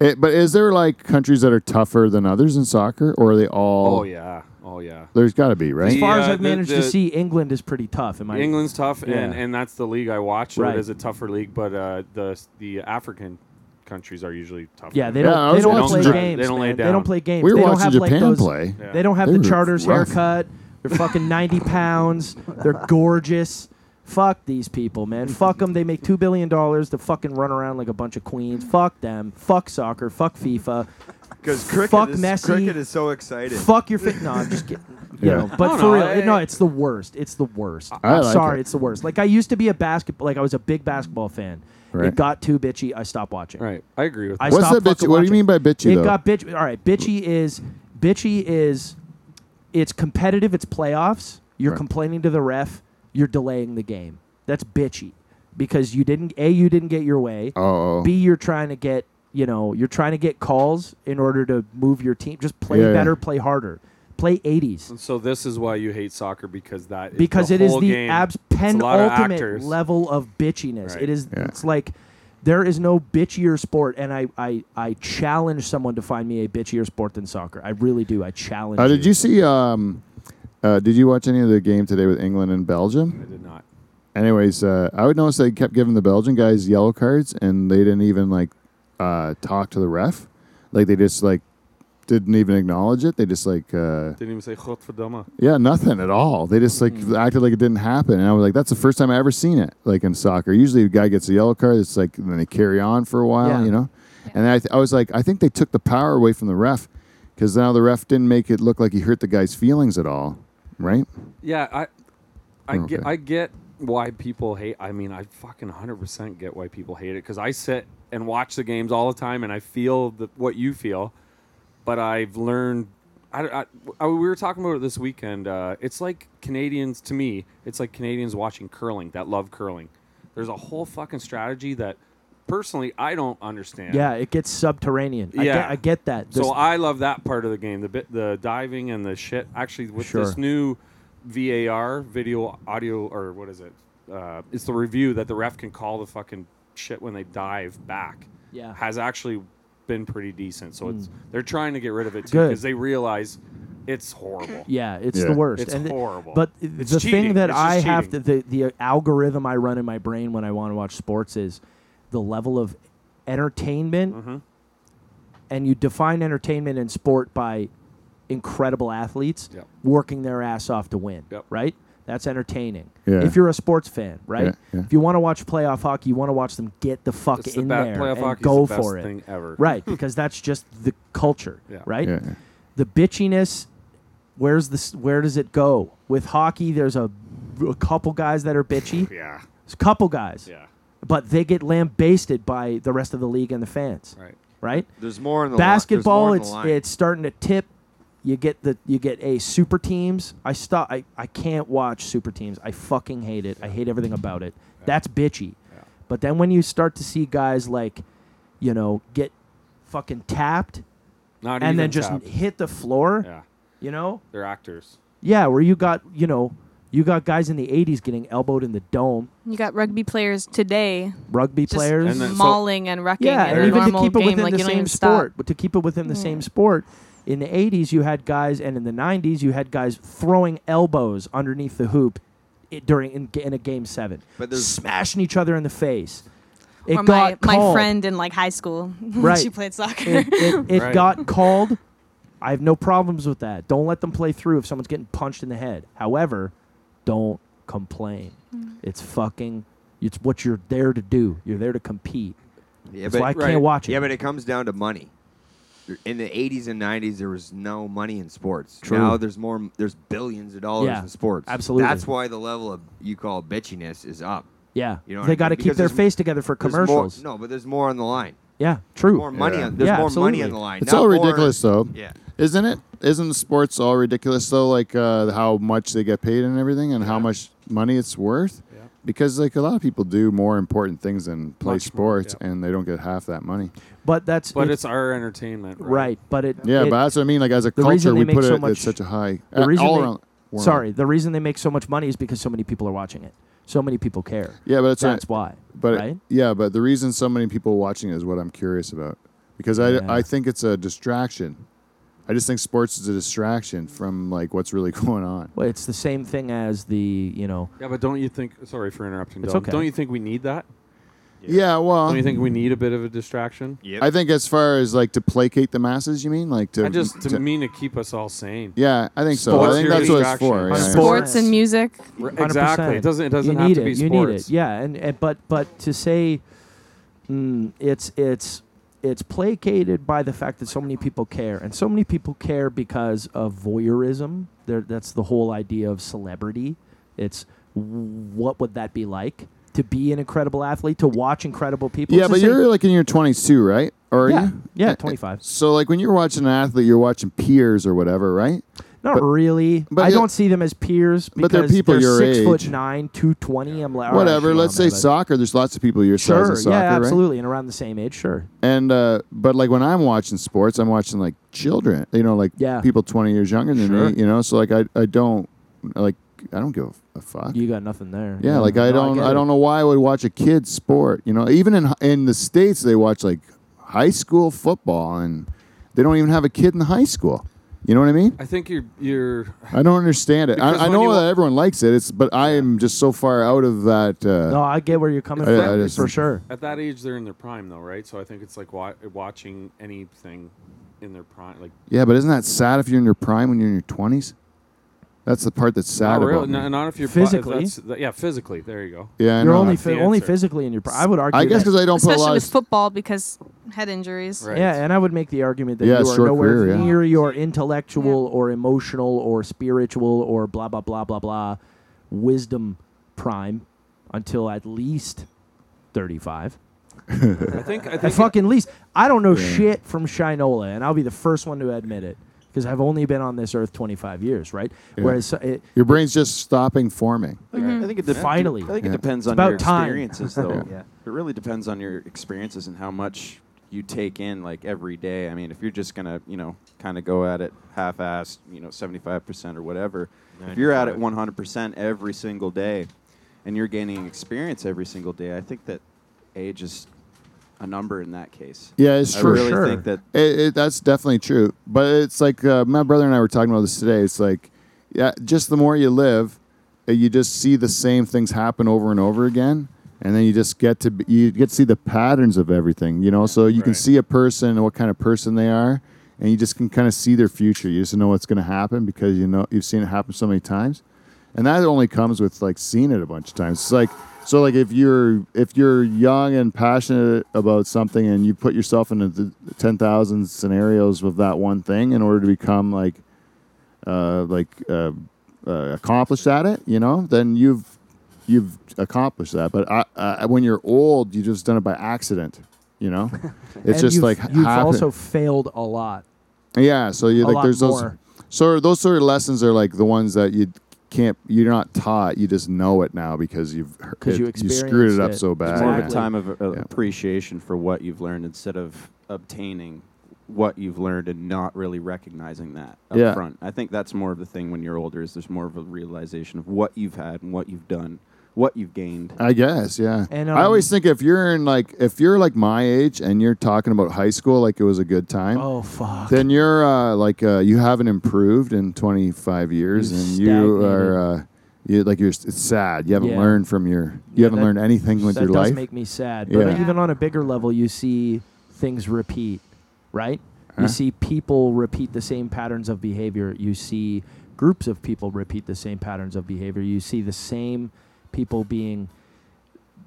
Speaker 1: It, but is there like countries that are tougher than others in soccer, or are they all?
Speaker 3: Oh yeah. Oh yeah.
Speaker 1: There's got to be, right?
Speaker 6: As
Speaker 3: The,
Speaker 6: far as
Speaker 3: uh,
Speaker 6: I've
Speaker 3: the-
Speaker 6: managed to
Speaker 3: the-
Speaker 6: see, England is pretty tough. Am I?
Speaker 3: England's tough, and,
Speaker 6: Yeah.
Speaker 3: and that's the league I watch. So
Speaker 6: Right.
Speaker 3: it is a tougher league, but uh, the the African countries are usually tougher.
Speaker 6: Yeah, they
Speaker 1: Yeah, I
Speaker 6: don't. They
Speaker 1: was
Speaker 6: don't
Speaker 1: watching
Speaker 6: play
Speaker 1: Japan.
Speaker 6: games.
Speaker 3: They don't lay
Speaker 6: man. They
Speaker 3: down.
Speaker 6: don't play games.
Speaker 1: we were
Speaker 6: they don't
Speaker 1: watching
Speaker 6: have
Speaker 1: Japan
Speaker 6: like those,
Speaker 1: play.
Speaker 3: Yeah.
Speaker 6: They don't have
Speaker 1: They
Speaker 6: the
Speaker 1: were
Speaker 6: charters
Speaker 1: rough.
Speaker 6: haircut. They're fucking 90 pounds. They're gorgeous. Fuck these people, man. Fuck them. They make $2 billion to fucking run around like a bunch of queens. Fuck them. Fuck soccer. Fuck FIFA.
Speaker 9: Because
Speaker 6: cricket Fuck is- Messi. cricket
Speaker 9: cricket is so exciting.
Speaker 6: Fuck your fit. No, I'm just kidding. You
Speaker 1: Yeah.
Speaker 6: know, but
Speaker 3: don't
Speaker 6: for
Speaker 3: know,
Speaker 6: real, no,
Speaker 3: I-
Speaker 6: it's the worst. It's the worst.
Speaker 1: I
Speaker 6: am
Speaker 1: like
Speaker 6: sorry,
Speaker 1: it.
Speaker 6: it's the worst. Like I used to be a basketball, like I was a big basketball fan.
Speaker 1: Right.
Speaker 6: It got too bitchy. I stopped watching.
Speaker 3: Right. I agree with
Speaker 6: I
Speaker 3: that.
Speaker 1: What's
Speaker 6: stopped
Speaker 1: that bitchy?
Speaker 6: fucking
Speaker 1: What do you
Speaker 6: watching.
Speaker 1: mean by bitchy
Speaker 6: It
Speaker 1: though?
Speaker 6: got bitch. All right, bitchy is bitchy is it's competitive. It's playoffs. You're
Speaker 1: Right.
Speaker 6: complaining to the ref. You're delaying the game. That's bitchy because you didn't a you didn't get your way.
Speaker 1: oh, oh.
Speaker 6: B you're trying to get you know you're trying to get calls in order to move your team. Just play
Speaker 1: Yeah, yeah.
Speaker 6: better. Play harder. Play 80s
Speaker 3: And so this is why you hate soccer because that is
Speaker 6: because
Speaker 3: the
Speaker 6: it is
Speaker 3: whole
Speaker 6: the
Speaker 3: game.
Speaker 6: abs
Speaker 3: It's a lot of
Speaker 6: penultimate
Speaker 3: actors.
Speaker 6: level of bitchiness.
Speaker 3: Right.
Speaker 6: It is.
Speaker 1: Yeah.
Speaker 6: It's like there is no bitchier sport, and I, I I challenge someone to find me a bitchier sport than soccer. I really do. I challenge.
Speaker 1: Uh, did you see? Um, uh, did you watch any of the game today with England and Belgium?
Speaker 3: I did not.
Speaker 1: Anyways, uh, I would notice they kept giving the Belgian guys yellow cards, and they didn't even like uh, talk to the ref. Like they just like didn't even acknowledge it. They just like uh,
Speaker 3: Didn't even say Godverdamme.
Speaker 1: yeah, nothing at all. They just like
Speaker 6: Hmm.
Speaker 1: acted like it didn't happen, and I was like, that's the first time I ever seen it. Like in soccer, usually a guy gets a yellow card. It's like and then they carry on for a while,
Speaker 6: Yeah.
Speaker 1: you know. And I, th- I was like, I think they took the power away from the ref because now the ref didn't make it look like he hurt the guy's feelings at all, right?
Speaker 3: Yeah, I, I
Speaker 1: Okay.
Speaker 3: get, I get why people hate. I mean, I fucking hundred percent get why people hate it because I sit and watch the games all the time, and I feel the, what you feel. But I've learned. I, I- I- we were talking about it this weekend. Uh, it's like Canadians to me. It's like Canadians watching curling that love curling. There's a whole fucking strategy that, personally, I don't understand.
Speaker 6: Yeah, it gets subterranean. I,
Speaker 3: Yeah.
Speaker 6: get, I get that. There's-
Speaker 3: So I love that part of the game, the bit, the diving and the shit. Actually, with
Speaker 6: Sure.
Speaker 3: this new VAR video audio or what is it? Uh, it's the review that the ref can call the fucking shit when they dive back.
Speaker 6: Yeah. Hmm.
Speaker 3: has actually been pretty decent. So it's they're trying to get rid of it too
Speaker 6: Good.
Speaker 3: because they realize it's horrible.
Speaker 6: yeah, it's
Speaker 1: Yeah.
Speaker 6: the worst.
Speaker 3: It's
Speaker 6: And th-
Speaker 3: horrible.
Speaker 6: But
Speaker 3: It's
Speaker 6: the
Speaker 3: cheating.
Speaker 6: thing that
Speaker 3: It's just
Speaker 6: I have to
Speaker 3: cheating.
Speaker 6: the, the algorithm I run in my brain when I want to watch sports is the level of entertainment
Speaker 3: Mm-hmm.
Speaker 6: and you define entertainment and sport by incredible athletes
Speaker 3: Yep.
Speaker 6: working their ass off to win,
Speaker 3: Yep.
Speaker 6: right? That's entertaining.
Speaker 1: Yeah.
Speaker 6: If you're a sports fan, right?
Speaker 1: Yeah, yeah.
Speaker 6: If you want to watch playoff hockey, you want to watch them get the fuck
Speaker 3: It's the
Speaker 6: in
Speaker 3: ba-
Speaker 6: there
Speaker 3: playoff
Speaker 6: and
Speaker 3: hockey's
Speaker 6: go
Speaker 3: the best
Speaker 6: for it,
Speaker 3: thing ever.
Speaker 6: right? Because that's just the culture,
Speaker 3: Yeah.
Speaker 6: right?
Speaker 1: Yeah.
Speaker 6: The bitchiness, where's this? Where does it go with hockey? There's a, a couple guys that are bitchy.
Speaker 3: Yeah,
Speaker 6: There's a couple guys,
Speaker 3: yeah,
Speaker 6: but they get lambasted by the rest of the league and the fans,
Speaker 3: right.
Speaker 6: right?
Speaker 9: There's more in the
Speaker 6: basketball
Speaker 9: Li- there's
Speaker 6: it's
Speaker 9: more in the line.
Speaker 6: it's starting to tip you get the you get a super teams i stop I, I can't watch super teams i fucking hate it i hate everything about it that's bitchy but then when you start to see guys like you know get fucking tapped
Speaker 3: Not
Speaker 6: and
Speaker 3: even
Speaker 6: then just
Speaker 3: tapped.
Speaker 6: hit the floor
Speaker 3: yeah,
Speaker 6: you know
Speaker 3: they're actors.
Speaker 6: yeah where you got you know you got guys in the 80s getting elbowed in the dome
Speaker 7: You got rugby players today
Speaker 6: rugby
Speaker 7: just
Speaker 6: players
Speaker 3: And then- so-
Speaker 7: mauling and wrecking.
Speaker 6: Yeah,
Speaker 7: in
Speaker 6: and
Speaker 7: a
Speaker 6: even to
Speaker 7: normal
Speaker 6: keep it
Speaker 7: game,
Speaker 6: within
Speaker 7: like
Speaker 6: the
Speaker 7: you don't
Speaker 6: same
Speaker 7: even stop.
Speaker 6: sport, but to keep it within the same sport, in the '80s you had guys, and in the '90s you had guys throwing elbows underneath the hoop i- during in, in a game seven,
Speaker 9: But there's-
Speaker 6: smashing each other in the face. It
Speaker 7: Or my,
Speaker 6: got
Speaker 7: my
Speaker 6: called.
Speaker 7: friend in like high school,
Speaker 6: Right.
Speaker 7: she played soccer.
Speaker 6: It, it, it
Speaker 3: Right.
Speaker 6: got called. I have no problems with that. Don't let them play through if someone's getting punched in the head. However, don't complain.
Speaker 7: Mm.
Speaker 6: It's fucking. It's what you're there to do. You're there to compete.
Speaker 9: Yeah,
Speaker 6: That's why I can't watch it.
Speaker 9: Yeah, but it comes down to money. In the 80s and 90s, there was no money in sports.
Speaker 6: True.
Speaker 9: Now there's more. There's billions of dollars
Speaker 6: Yeah,
Speaker 9: in sports.
Speaker 6: absolutely.
Speaker 9: That's why the level of you call bitchiness is up.
Speaker 6: Yeah,
Speaker 9: You know what
Speaker 6: they
Speaker 9: I mean?
Speaker 6: got to keep
Speaker 9: Because
Speaker 6: their
Speaker 9: there's-
Speaker 6: face together for
Speaker 9: There's more-
Speaker 6: commercials.
Speaker 9: no, but there's more on the line.
Speaker 6: Yeah, true.
Speaker 9: More money.
Speaker 1: Yeah.
Speaker 9: On, there's
Speaker 6: Yeah,
Speaker 9: more
Speaker 6: absolutely.
Speaker 9: money on the line.
Speaker 1: It's
Speaker 9: Not
Speaker 1: all
Speaker 9: more-
Speaker 1: ridiculous though.
Speaker 9: Yeah.
Speaker 1: Isn't it? Isn't sports all ridiculous though? Like uh, how much they get paid and everything, and how much money it's worth. because like a lot of people do more important things than play
Speaker 3: Much more,
Speaker 1: sports, and they don't get half that money.
Speaker 6: But that's
Speaker 3: But
Speaker 6: it-
Speaker 3: it's our entertainment, right?
Speaker 6: right. But it
Speaker 1: Yeah,
Speaker 6: it-
Speaker 1: but that's what I mean. Like as a
Speaker 6: the reason
Speaker 1: culture,
Speaker 6: they
Speaker 1: we
Speaker 6: make
Speaker 1: put
Speaker 6: so
Speaker 1: it at
Speaker 6: much-
Speaker 1: such a high.
Speaker 6: the
Speaker 1: uh,
Speaker 6: reason
Speaker 1: all
Speaker 6: they-
Speaker 1: around. world.
Speaker 6: sorry, the reason they make so much money is because so many people are watching it. So many people care.
Speaker 1: Yeah, but that's, what I-
Speaker 6: That's why.
Speaker 1: But
Speaker 6: right?
Speaker 1: yeah, but the reason so many people watching it is what I'm curious about because I
Speaker 6: Yeah.
Speaker 1: I think it's a distraction. I just think sports is a distraction from like what's really going on.
Speaker 6: Well, it's the same thing as the you know.
Speaker 3: Yeah, but don't you think? Sorry for interrupting.
Speaker 6: It's
Speaker 3: Dylan.
Speaker 6: okay. Um,
Speaker 3: Don't you think we need that?
Speaker 1: Yeah, well,
Speaker 3: Don't you think we need a bit of a distraction?
Speaker 9: Yep.
Speaker 1: I think as far as like to placate the masses, you mean like to
Speaker 3: I just to mean to keep us all sane.
Speaker 1: yeah, I think so. I
Speaker 3: Sports
Speaker 1: think
Speaker 3: are
Speaker 1: that's what it's
Speaker 3: distraction.
Speaker 1: for. yeah.
Speaker 6: Sports.
Speaker 7: Sports and music.
Speaker 3: Re-
Speaker 6: 100%.
Speaker 3: Exactly. It doesn't. It doesn't
Speaker 6: you
Speaker 3: have
Speaker 6: need
Speaker 3: to
Speaker 6: it.
Speaker 3: be
Speaker 6: you
Speaker 3: sports.
Speaker 6: need it. Yeah, and, and but but to say, mm, it's it's it's placated by the fact that so many people care, and so many people care because of voyeurism. There, that's the whole idea of celebrity. It's what would that be like to be an incredible athlete, to watch incredible people.
Speaker 1: Yeah,
Speaker 6: It's
Speaker 1: but
Speaker 6: the same-
Speaker 1: you're like in your 20s too, right? Or are
Speaker 6: yeah,
Speaker 1: you?
Speaker 6: yeah,
Speaker 1: Uh,
Speaker 6: 25.
Speaker 1: So like when you're watching an athlete, you're watching peers or whatever, right?
Speaker 6: Not
Speaker 1: but-
Speaker 6: really.
Speaker 1: but
Speaker 6: I
Speaker 1: it-
Speaker 6: don't see them as peers because
Speaker 1: but they're people
Speaker 6: they're
Speaker 1: your
Speaker 6: six foot
Speaker 1: age.
Speaker 6: nine, two twenty. I'm like all right,
Speaker 1: whatever.
Speaker 6: come
Speaker 1: Let's
Speaker 6: on,
Speaker 1: say
Speaker 6: man,
Speaker 1: soccer. There's lots of people your
Speaker 6: but- Sure,
Speaker 1: size in soccer,
Speaker 6: yeah,
Speaker 1: right?
Speaker 6: absolutely, and around the same age, sure.
Speaker 1: And uh, but like when I'm watching sports, I'm watching like children, you know, like
Speaker 6: Yeah.
Speaker 1: people 20 years younger than
Speaker 6: Sure.
Speaker 1: me, you know. So like I I don't like I don't give a fuck.
Speaker 6: You got nothing there.
Speaker 3: Mm,
Speaker 1: yeah, like I
Speaker 6: No,
Speaker 1: don't
Speaker 6: get
Speaker 1: I,
Speaker 6: it.
Speaker 1: don't know why I would watch a kid's sport, you know. Even in in the states, they watch like high school football, and they don't even have a kid in high school. You know what I mean?
Speaker 3: I think you're you're
Speaker 1: I don't understand it.
Speaker 3: Because
Speaker 1: I, I
Speaker 3: when
Speaker 1: know
Speaker 3: you
Speaker 1: that
Speaker 3: wa-
Speaker 1: everyone likes it. It's but I am just so far out of that. Uh,
Speaker 6: No, I get where you're coming
Speaker 1: I-
Speaker 6: from
Speaker 1: I just-
Speaker 6: for sure.
Speaker 3: at that age. They're in their prime though, right? So I think it's like wa- watching anything in their prime. Like
Speaker 1: Yeah, but isn't that sad if you're in your prime when you're in your twenties? That's the part that's sad
Speaker 3: not
Speaker 1: about
Speaker 3: really.
Speaker 1: me.
Speaker 3: Not, not if you're bu-
Speaker 6: Physically.
Speaker 3: that's- that- yeah, physically. There you go.
Speaker 1: Yeah, I
Speaker 6: You're
Speaker 1: know.
Speaker 6: only
Speaker 1: I-
Speaker 3: That's the
Speaker 6: phy- only
Speaker 3: answer.
Speaker 6: physically in your. pri- I would argue.
Speaker 1: I guess
Speaker 6: that-
Speaker 1: because I don't put a
Speaker 7: Especially
Speaker 1: lot
Speaker 7: with
Speaker 1: of
Speaker 7: football because head injuries.
Speaker 3: Right.
Speaker 6: Yeah, and I would make the argument that
Speaker 1: Yeah,
Speaker 6: you are
Speaker 1: short
Speaker 6: nowhere
Speaker 1: career, yeah.
Speaker 6: near your intellectual or emotional or spiritual or blah blah blah blah blah wisdom prime until at least thirty-five.
Speaker 3: I think I
Speaker 6: At
Speaker 3: think
Speaker 6: fucking least, I don't know shit from Shinola, and I'll be the first one to admit it because I've only been on this earth twenty-five years, right? Whereas uh, it,
Speaker 1: your brain's just stopping forming.
Speaker 4: I think it dep-
Speaker 6: Finally.
Speaker 4: I think
Speaker 1: Yeah.
Speaker 4: it depends on
Speaker 6: about
Speaker 4: your
Speaker 6: time.
Speaker 4: experiences, though.
Speaker 6: Yeah.
Speaker 4: It really depends on your experiences and how much you take in, like every day. I mean, if you're just gonna, you know, kind of go at it half-assed, you know, 75% or whatever. If you're at it 100% every single day, and you're gaining experience every single day, I think that age is a number in that case.
Speaker 1: Yeah, it's
Speaker 4: I
Speaker 1: true.
Speaker 4: really
Speaker 6: Sure.
Speaker 4: think that
Speaker 1: It, it, that's definitely true. But it's like uh, my brother and I were talking about this today. It's like, yeah, just the more you live, uh, you just see the same things happen over and over again, and then you just get to be, you get to see the patterns of everything. You know, so you can
Speaker 3: Right.
Speaker 1: see a person and what kind of person they are, and you just can kind of see their future. You just know what's going to happen because you know you've seen it happen so many times, and that only comes with like seeing it a bunch of times. It's like. So like if you're if you're young and passionate about something and you put yourself into the ten thousand scenarios with that one thing in order to become like uh, like uh, uh, accomplished at it, you know, then you've you've accomplished that. But I, I, when you're old, you just done it by accident, you know. It's
Speaker 6: and
Speaker 1: just
Speaker 6: you've-
Speaker 1: like
Speaker 6: you've
Speaker 1: happen-
Speaker 6: also failed a lot.
Speaker 1: yeah. So you
Speaker 6: a
Speaker 1: like
Speaker 6: lot
Speaker 1: there's those.
Speaker 6: more.
Speaker 1: So those sort of lessons are like the ones that you can't you're not taught. You just know it now because you've heard-
Speaker 6: 'Cause you
Speaker 1: screwed it
Speaker 6: experienced
Speaker 1: up
Speaker 6: it.
Speaker 1: so bad.
Speaker 4: It's more of
Speaker 6: Exactly.
Speaker 4: a time of uh,
Speaker 1: Yeah.
Speaker 4: appreciation for what you've learned instead of obtaining what you've learned and not really recognizing that up
Speaker 1: Yeah.
Speaker 4: front. I think that's more of the thing when you're older is there's more of a realization of what you've had and what you've done, what you've gained.
Speaker 1: I guess, yeah.
Speaker 6: And,
Speaker 1: I always
Speaker 6: um,
Speaker 1: think if you're in like if you're like my age and you're talking about high school like it was a good time,
Speaker 6: Oh fuck!
Speaker 1: then you're uh, like uh, you haven't improved in 25 years,
Speaker 6: You've
Speaker 1: and you are uh, you like you're. It's sad. You haven't
Speaker 6: Yeah.
Speaker 1: learned from your. You haven't
Speaker 6: that-
Speaker 1: learned anything with
Speaker 6: that
Speaker 1: your
Speaker 6: does
Speaker 1: life.
Speaker 6: make me sad. But
Speaker 1: Yeah.
Speaker 6: even on a bigger level, you see things repeat, right?
Speaker 1: Huh?
Speaker 6: You see people repeat the same patterns of behavior. You see groups of people repeat the same patterns of behavior. You see the same people being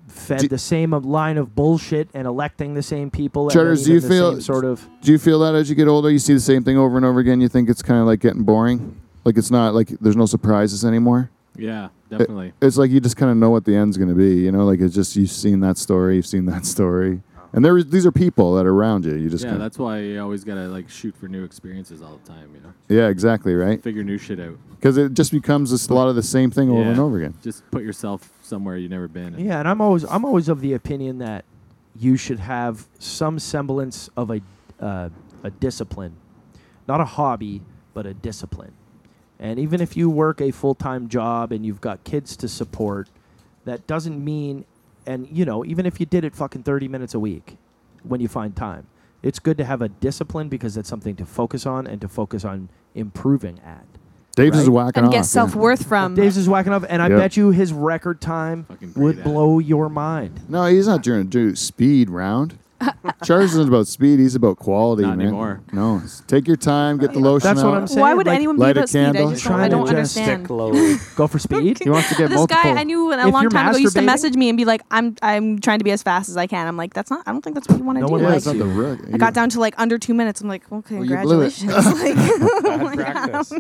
Speaker 6: fed
Speaker 1: Do-
Speaker 6: the same of- line of bullshit and electing the same people.
Speaker 1: Charters,
Speaker 6: and
Speaker 1: do
Speaker 6: then
Speaker 1: you
Speaker 6: even the
Speaker 1: feel-
Speaker 6: same sort of?
Speaker 1: Do you feel that as you get older, you see the same thing over and over again? You think it's kind of like getting boring. Like it's not like there's no surprises anymore.
Speaker 5: Yeah, definitely.
Speaker 1: It's like you just kind of know what the end's going to be. You know, like it's just you've seen that story, you've seen that story. And there is, these are people that are around you. You just
Speaker 5: yeah,
Speaker 1: kinda-
Speaker 5: that's why you always gotta like shoot for new experiences all the time. You know,
Speaker 1: yeah, exactly right.
Speaker 5: figure new shit out.
Speaker 1: Because it just becomes just a lot of the same thing over
Speaker 5: Yeah.
Speaker 1: and over again.
Speaker 5: Just put yourself somewhere you've never been. and-
Speaker 6: Yeah, and I'm always I'm always of the opinion that you should have some semblance of a uh, a discipline, not a hobby, but a discipline. And even if you work a full time job and you've got kids to support, that doesn't mean. And you know, even if you did it fucking 30 minutes a week, when you find time, it's good to have a discipline because that's something to focus on and to focus on improving at.
Speaker 1: Dave's is
Speaker 6: Right.
Speaker 1: whacking
Speaker 7: and
Speaker 1: off. yeah.
Speaker 7: get self worth from.
Speaker 6: Dave's is whacking up, and I
Speaker 1: Yep.
Speaker 6: bet you his record time
Speaker 5: Fucking great
Speaker 6: would
Speaker 5: at it.
Speaker 6: blow your mind.
Speaker 1: No, he's not doing a do speed round. Charles isn't about speed. He's about quality,
Speaker 5: Not
Speaker 1: man.
Speaker 5: anymore.
Speaker 1: No, s- take your time, get the lotion.
Speaker 6: That's what
Speaker 1: out.
Speaker 6: I'm saying.
Speaker 7: Why would
Speaker 6: like,
Speaker 7: anyone be
Speaker 1: light a
Speaker 7: about speed? I
Speaker 1: candle.
Speaker 7: just don't, I
Speaker 6: Trying to
Speaker 7: don't
Speaker 6: just
Speaker 7: understand.
Speaker 3: Stick low.
Speaker 6: Go for speed.
Speaker 1: He wants to get
Speaker 7: this
Speaker 1: multiple.
Speaker 7: guy I knew when-
Speaker 6: If
Speaker 7: a long
Speaker 6: you're
Speaker 7: time ago used to
Speaker 6: masturbating-
Speaker 7: message me and be like, "I'm I'm trying to be as fast as I can." I'm like, "That's not. I don't think that's what you want to
Speaker 6: No
Speaker 7: do."
Speaker 6: one
Speaker 1: Yeah,
Speaker 7: Like,
Speaker 1: it's not the rook.
Speaker 7: I got down to like under two minutes. I'm like, "Well,
Speaker 1: you blew it.
Speaker 7: congratulations."
Speaker 3: Bad
Speaker 7: like,
Speaker 3: practice.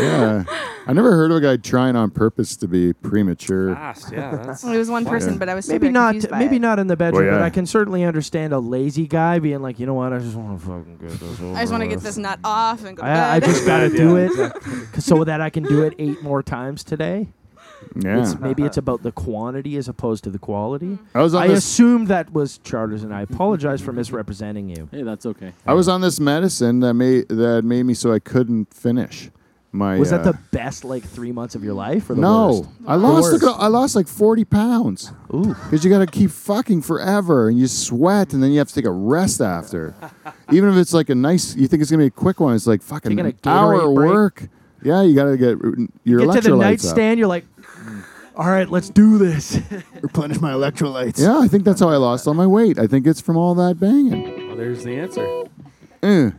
Speaker 1: Yeah, I never heard of a guy trying on purpose to be premature.
Speaker 6: Ah,
Speaker 3: Fast, yeah. That's
Speaker 7: it was one person,
Speaker 1: Yeah.
Speaker 7: but I was
Speaker 6: Maybe
Speaker 7: super
Speaker 6: not.
Speaker 7: confused by
Speaker 6: Maybe
Speaker 7: it.
Speaker 6: not in the bedroom, but
Speaker 1: yeah.
Speaker 6: I can certainly understand a lazy guy being like, you know what, I just want to fucking get this. Over
Speaker 7: I just want to get
Speaker 6: with."
Speaker 7: this nut off and go. to
Speaker 6: I, I
Speaker 7: bed.
Speaker 6: just gotta
Speaker 3: Yeah,
Speaker 6: do it, 'cause so that I can do it eight more times today.
Speaker 1: Yeah,
Speaker 6: It's, maybe it's about the quantity as opposed to the quality.
Speaker 7: Mm.
Speaker 1: I was on
Speaker 6: I
Speaker 1: this.
Speaker 6: assumed that was charters, and I apologize for misrepresenting you.
Speaker 5: Hey, that's okay.
Speaker 1: I was on this medicine that made that made me so I couldn't finish my.
Speaker 6: Was
Speaker 1: uh,
Speaker 6: that the best like three months of your life or the
Speaker 1: no,
Speaker 6: worst?
Speaker 1: I lost.
Speaker 6: worst.
Speaker 1: Look, at- I lost like forty pounds
Speaker 6: Ooh,
Speaker 1: because you got to keep fucking forever, and you sweat, and then you have to take a rest after. Even if it's like a nice, you think it's gonna be a quick one. It's like fucking
Speaker 6: Taking a
Speaker 1: hour
Speaker 6: Gatorade break.
Speaker 1: work. Yeah, you got to get uh, your
Speaker 6: get to the
Speaker 1: electrolytes up.
Speaker 6: nightstand, you're like, all right, let's do this.
Speaker 8: Replenish my electrolytes.
Speaker 1: Yeah, I think that's how I lost all my weight. I think it's from all that banging.
Speaker 3: Well, there's the answer.
Speaker 1: Eh.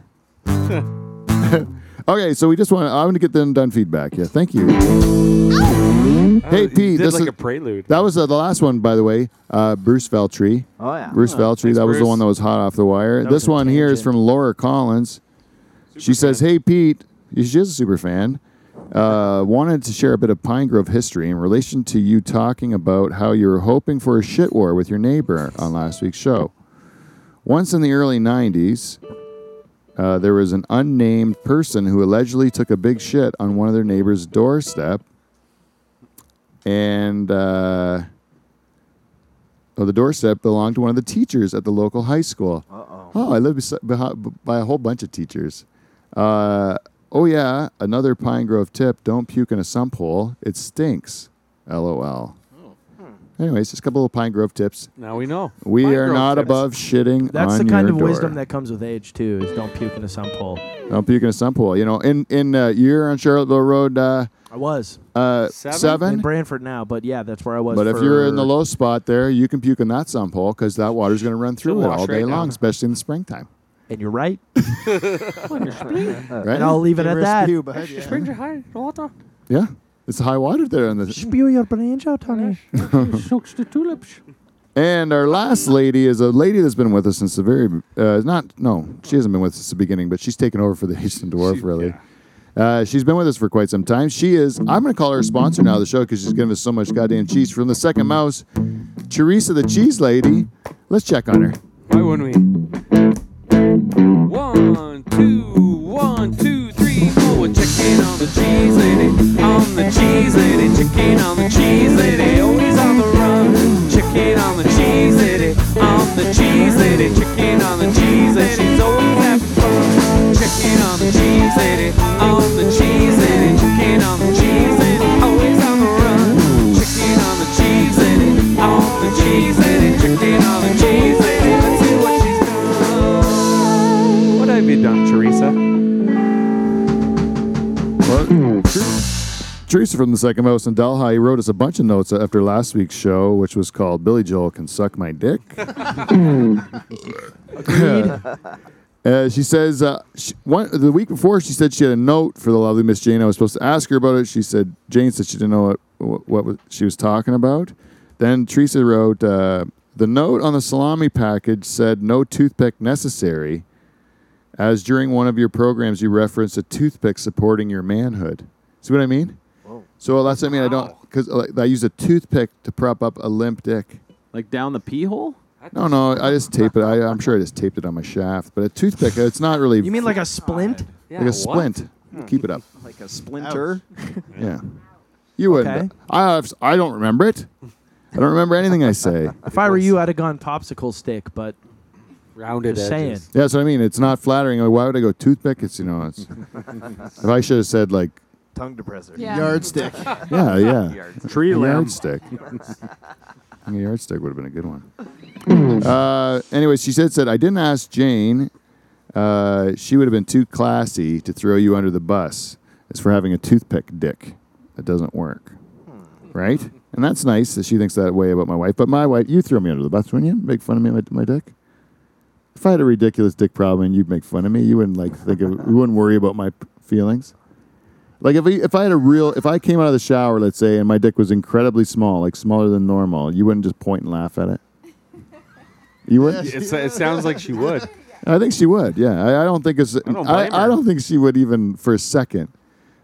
Speaker 1: okay, so we just want. I'm going to get them done feedback. Yeah, thank you. Hey,
Speaker 3: Uh, You
Speaker 1: Pete,
Speaker 3: did
Speaker 1: this
Speaker 3: like
Speaker 1: is-
Speaker 3: a prelude.
Speaker 1: That was uh, the last one, by the way. Uh, Bruce Veltri.
Speaker 6: Oh yeah.
Speaker 1: Bruce Veltri. That was the
Speaker 3: Bruce.
Speaker 1: one that was hot off the wire.
Speaker 6: That was
Speaker 1: this
Speaker 6: a
Speaker 1: one here is
Speaker 6: tangent.
Speaker 1: from Laura Collins. she says, "Hey Pete, she is a super fan. Uh, wanted to share a bit of Pine Grove history in relation to you talking about how you were hoping for a shit war with your neighbor on last week's show. Once in the early '90s, uh, there was an unnamed person who allegedly took a big shit on one of their neighbor's doorstep, and." Uh, Oh, the doorstep belonged to one of the teachers at the local high school. Uh-oh. Oh, I live besi- behi- by a whole bunch of teachers. Uh, oh, yeah, another Pine Grove tip don't puke in a sump hole. It stinks. LOL. Anyways, just a couple of Pine Grove tips.
Speaker 3: Now we know.
Speaker 1: We
Speaker 3: Pine
Speaker 1: are
Speaker 3: Grove
Speaker 1: not
Speaker 3: tips.
Speaker 1: above shitting
Speaker 6: That's
Speaker 1: on
Speaker 6: the kind
Speaker 1: your
Speaker 6: of
Speaker 1: door.
Speaker 6: wisdom that comes with age too. Is don't puke in a sump hole.
Speaker 1: Don't puke in a sump hole. You know, in, in uh, you're on Charlottesville Road uh,
Speaker 6: I was
Speaker 1: uh,
Speaker 3: Seven?
Speaker 1: 7,
Speaker 6: in Branford now, but yeah, that's where I was.
Speaker 1: But if
Speaker 6: for-
Speaker 1: you're in the low spot there, you can puke in that sump hole because that water's going to run through it
Speaker 3: wash
Speaker 1: all day
Speaker 3: right
Speaker 1: long,
Speaker 3: down.
Speaker 1: especially in the springtime.
Speaker 6: and you're right,
Speaker 1: Right?
Speaker 6: and I'll leave it at that.
Speaker 8: Rescue, bud, yeah.
Speaker 1: Yeah. It's high water there on the.
Speaker 6: Spew your brains out, honey.
Speaker 5: Soaks the tulips.
Speaker 1: And our last lady is a lady that's been with us since the very, uh, not, no, she hasn't been with us since the beginning, but she's taken over for the Haitian Dwarf, really. Uh, she's been with us for quite some time. She is, I'm going to call her a sponsor now of the show because she's given us so much goddamn cheese. From the second mouse, Teresa the Cheese Lady. Let's check on her.
Speaker 3: Why wouldn't we? One, two, one, two, three, four. We're checking on the cheese lady, on the cheese lady, checking on the cheese lady. Always on the run. Checking on the cheese lady, on the cheese lady, checking on the cheese lady. She's always having fun. Checking on the cheese lady, on the cheese lady, checking on the cheese lady. Always on the run. Checking on the cheese lady, on the cheese lady, checking on the cheese lady. Let's see what she's done. What have you done, Teresa?
Speaker 1: Well, Teresa from the second mouse in Delhi wrote us a bunch of notes after last week's show, which was called Billy Joel Can Suck My Dick. Uh, she says uh, she, one, the week before she said she had a note for the lovely Miss Jane. I was supposed to ask her about it. She said Jane said she didn't know what what, what was- she was talking about. Then Teresa wrote uh, the note on the salami package said no toothpick necessary, as during one of your programs you referenced a toothpick supporting your manhood. See what I mean? So that's what I mean. I don't because I use a toothpick to prop up a limp dick.
Speaker 5: Like down the pee hole?
Speaker 1: No, no, I just tape it. I, I'm sure I just taped it on my shaft. But a toothpick, it's not really.
Speaker 6: You mean like a splint?
Speaker 3: Yeah,
Speaker 1: like a
Speaker 3: what?
Speaker 1: splint? Keep it up.
Speaker 4: Like a splinter.
Speaker 1: Yeah. You wouldn't.
Speaker 6: Okay.
Speaker 1: I I don't remember it. I don't remember anything I say.
Speaker 6: If I were you, I'd have gone popsicle stick, but
Speaker 3: Rounded
Speaker 6: Just
Speaker 3: edges.
Speaker 6: saying.
Speaker 1: Yeah, that's what I mean. It's not flattering. Like, why would I go toothpick? It's you know, it's. if I should have said like,
Speaker 9: Tongue depressor.
Speaker 7: Yeah.
Speaker 8: Yardstick.
Speaker 1: yeah, yeah,
Speaker 3: Tree
Speaker 1: a
Speaker 3: limb.
Speaker 1: yardstick. a yardstick would have been a good one. Uh, anyway, she said, "said I didn't ask Jane. Uh, she would have been too classy to throw you under the bus. It's for having a toothpick dick that doesn't work, right? And that's nice that she thinks that way about my wife. But my wife, you threw me under the bus, wouldn't you? Make fun of me, my, my dick." If I had a ridiculous dick problem and you'd make fun of me, you wouldn't like think of, you wouldn't worry about my p- feelings. Like if I, if I had a real, if I came out of the shower, let's say, and my dick was incredibly small, like smaller than normal, you wouldn't just point and laugh at it. You wouldn't.
Speaker 3: It's, it sounds like she would.
Speaker 1: I think she would. Yeah, I, I don't think it's. I
Speaker 3: don't
Speaker 1: I,
Speaker 3: blame her.
Speaker 1: don't think she would even for a second,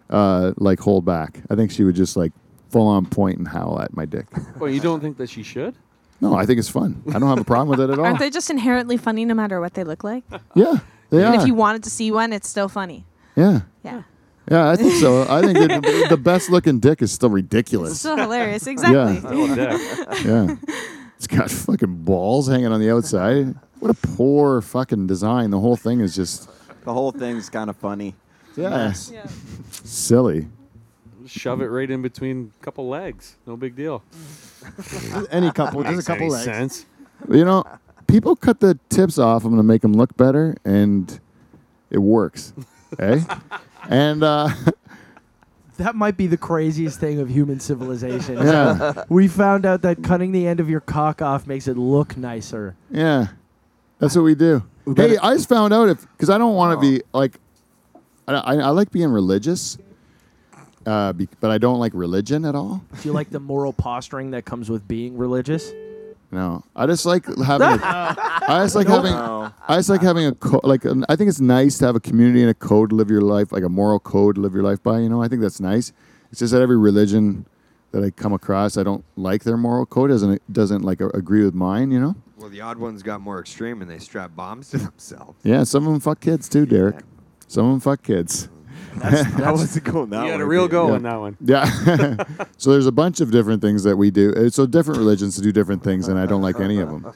Speaker 1: uh, like hold back. I think she would just like full on point and howl at my dick.
Speaker 3: Well, you don't think that she should?
Speaker 1: No, I think it's fun. I don't have a problem with it at all.
Speaker 7: Aren't they just inherently funny no matter what they look like?
Speaker 1: yeah, they
Speaker 7: And if
Speaker 1: are.
Speaker 7: you wanted to see one, it's still funny.
Speaker 1: yeah,
Speaker 7: Yeah.
Speaker 1: yeah, I think so. I think it, the best looking dick is still ridiculous.
Speaker 7: Still hilarious. Exactly.
Speaker 3: Well, dick.
Speaker 1: Yeah. It's got fucking balls hanging on the outside. What a poor fucking design. The whole thing is just
Speaker 4: The whole thing's kind of funny.
Speaker 1: yeah, silly.
Speaker 3: Shove it right in between a couple legs. No big deal.
Speaker 8: Any couple, just a
Speaker 3: Makes
Speaker 8: couple
Speaker 3: any
Speaker 8: legs.
Speaker 3: sense.
Speaker 1: You know, people cut the tips off them to make them look better, and it works. eh? And uh,
Speaker 6: That might be the craziest thing of human civilization.
Speaker 1: yeah,
Speaker 6: We found out that cutting the end of your cock off makes it look nicer.
Speaker 1: yeah, that's what we do. hey, I just found out if because I don't want to be like, I, I, I like being religious, uh, be, but I don't like religion at all.
Speaker 6: Do you like the moral posturing that comes with being religious?
Speaker 1: No, I just like having. A, I just like having. I just like having a co- like. An, I think it's nice to have a community and a code to live your life, like a moral code to live your life by. You know, I think that's nice. It's just that every religion that I come across, I don't like their moral code. Doesn't doesn't like a, agree with mine. You know.
Speaker 9: Well, the odd ones got more extreme and they strap bombs to themselves.
Speaker 1: Yeah, some of them fuck kids too, Derek. Some of them fuck kids.
Speaker 9: That wasn't going that
Speaker 3: You had a real go
Speaker 1: Yeah.
Speaker 3: on that one.
Speaker 1: Yeah. so there's a bunch of different things that we do. Uh, So different religions do different things, and I don't like any of them.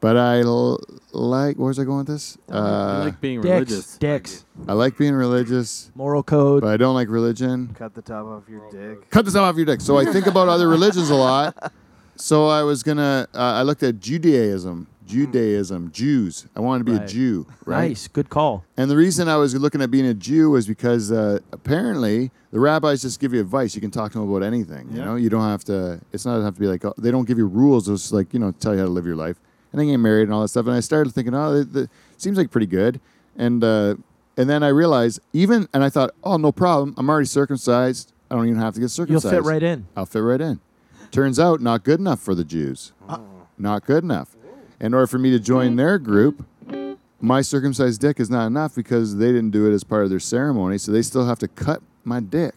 Speaker 1: But I l- like. Where was I going with this?
Speaker 5: I
Speaker 1: Uh,
Speaker 5: like being
Speaker 6: Dicks,
Speaker 5: religious.
Speaker 6: dicks,
Speaker 1: I like being religious,
Speaker 6: moral code.
Speaker 1: but I don't like religion.
Speaker 2: Cut the top off your dick.
Speaker 1: Cut this off your dick. So I think about other religions a lot. So I was gonna. Uh, I looked at Judaism, Judaism, Jews. I wanted to be a
Speaker 6: Right.
Speaker 1: Jew, right?
Speaker 6: Nice, good call.
Speaker 1: And the reason I was looking at being a Jew was because uh, apparently the rabbis just give you advice. You can talk to them about anything. You know, you don't have to. It's not have to be like oh, they don't give you rules. It's just like you know, tell you how to live your life. And they get married and all that stuff. And I started thinking, oh, th th- seems like pretty good. And uh, and then I realized even and I thought, oh, no problem. I'm already circumcised. I don't even have to get
Speaker 6: You'll
Speaker 1: circumcised.
Speaker 6: fit right in.
Speaker 1: I'll fit right in. Turns out, not good enough for the Jews. Not good enough. In order for me to join their group, my circumcised dick is not enough because they didn't do it as part of their ceremony, so they still have to cut my dick.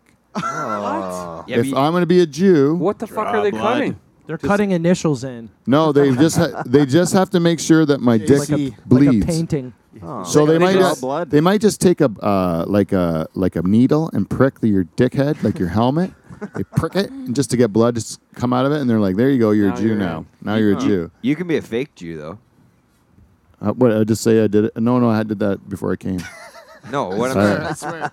Speaker 9: Yeah,
Speaker 1: if
Speaker 9: but
Speaker 1: I'm going to be a Jew,
Speaker 3: What the fuck are they
Speaker 4: blood.
Speaker 3: cutting?
Speaker 6: They're cutting initials in,
Speaker 1: no, they just ha- they just have to make sure that my dick
Speaker 8: Like a-
Speaker 1: bleeds.
Speaker 6: like a painting.
Speaker 1: So they,
Speaker 4: They
Speaker 1: might
Speaker 4: draw
Speaker 1: just,
Speaker 4: blood.
Speaker 1: they might just take a uh, like a like a needle and prick your dickhead like your helmet. They prick it and just to get blood just come out of it, and they're like, "There you go, you're
Speaker 3: Now
Speaker 1: a Jew
Speaker 3: you're
Speaker 1: now.
Speaker 3: in."
Speaker 1: Now you're a Jew."
Speaker 9: you can be a fake Jew though.
Speaker 1: Uh, what? I just say I did it. No, no, I did that before I came.
Speaker 9: No, what I'm
Speaker 1: Sorry.
Speaker 9: saying,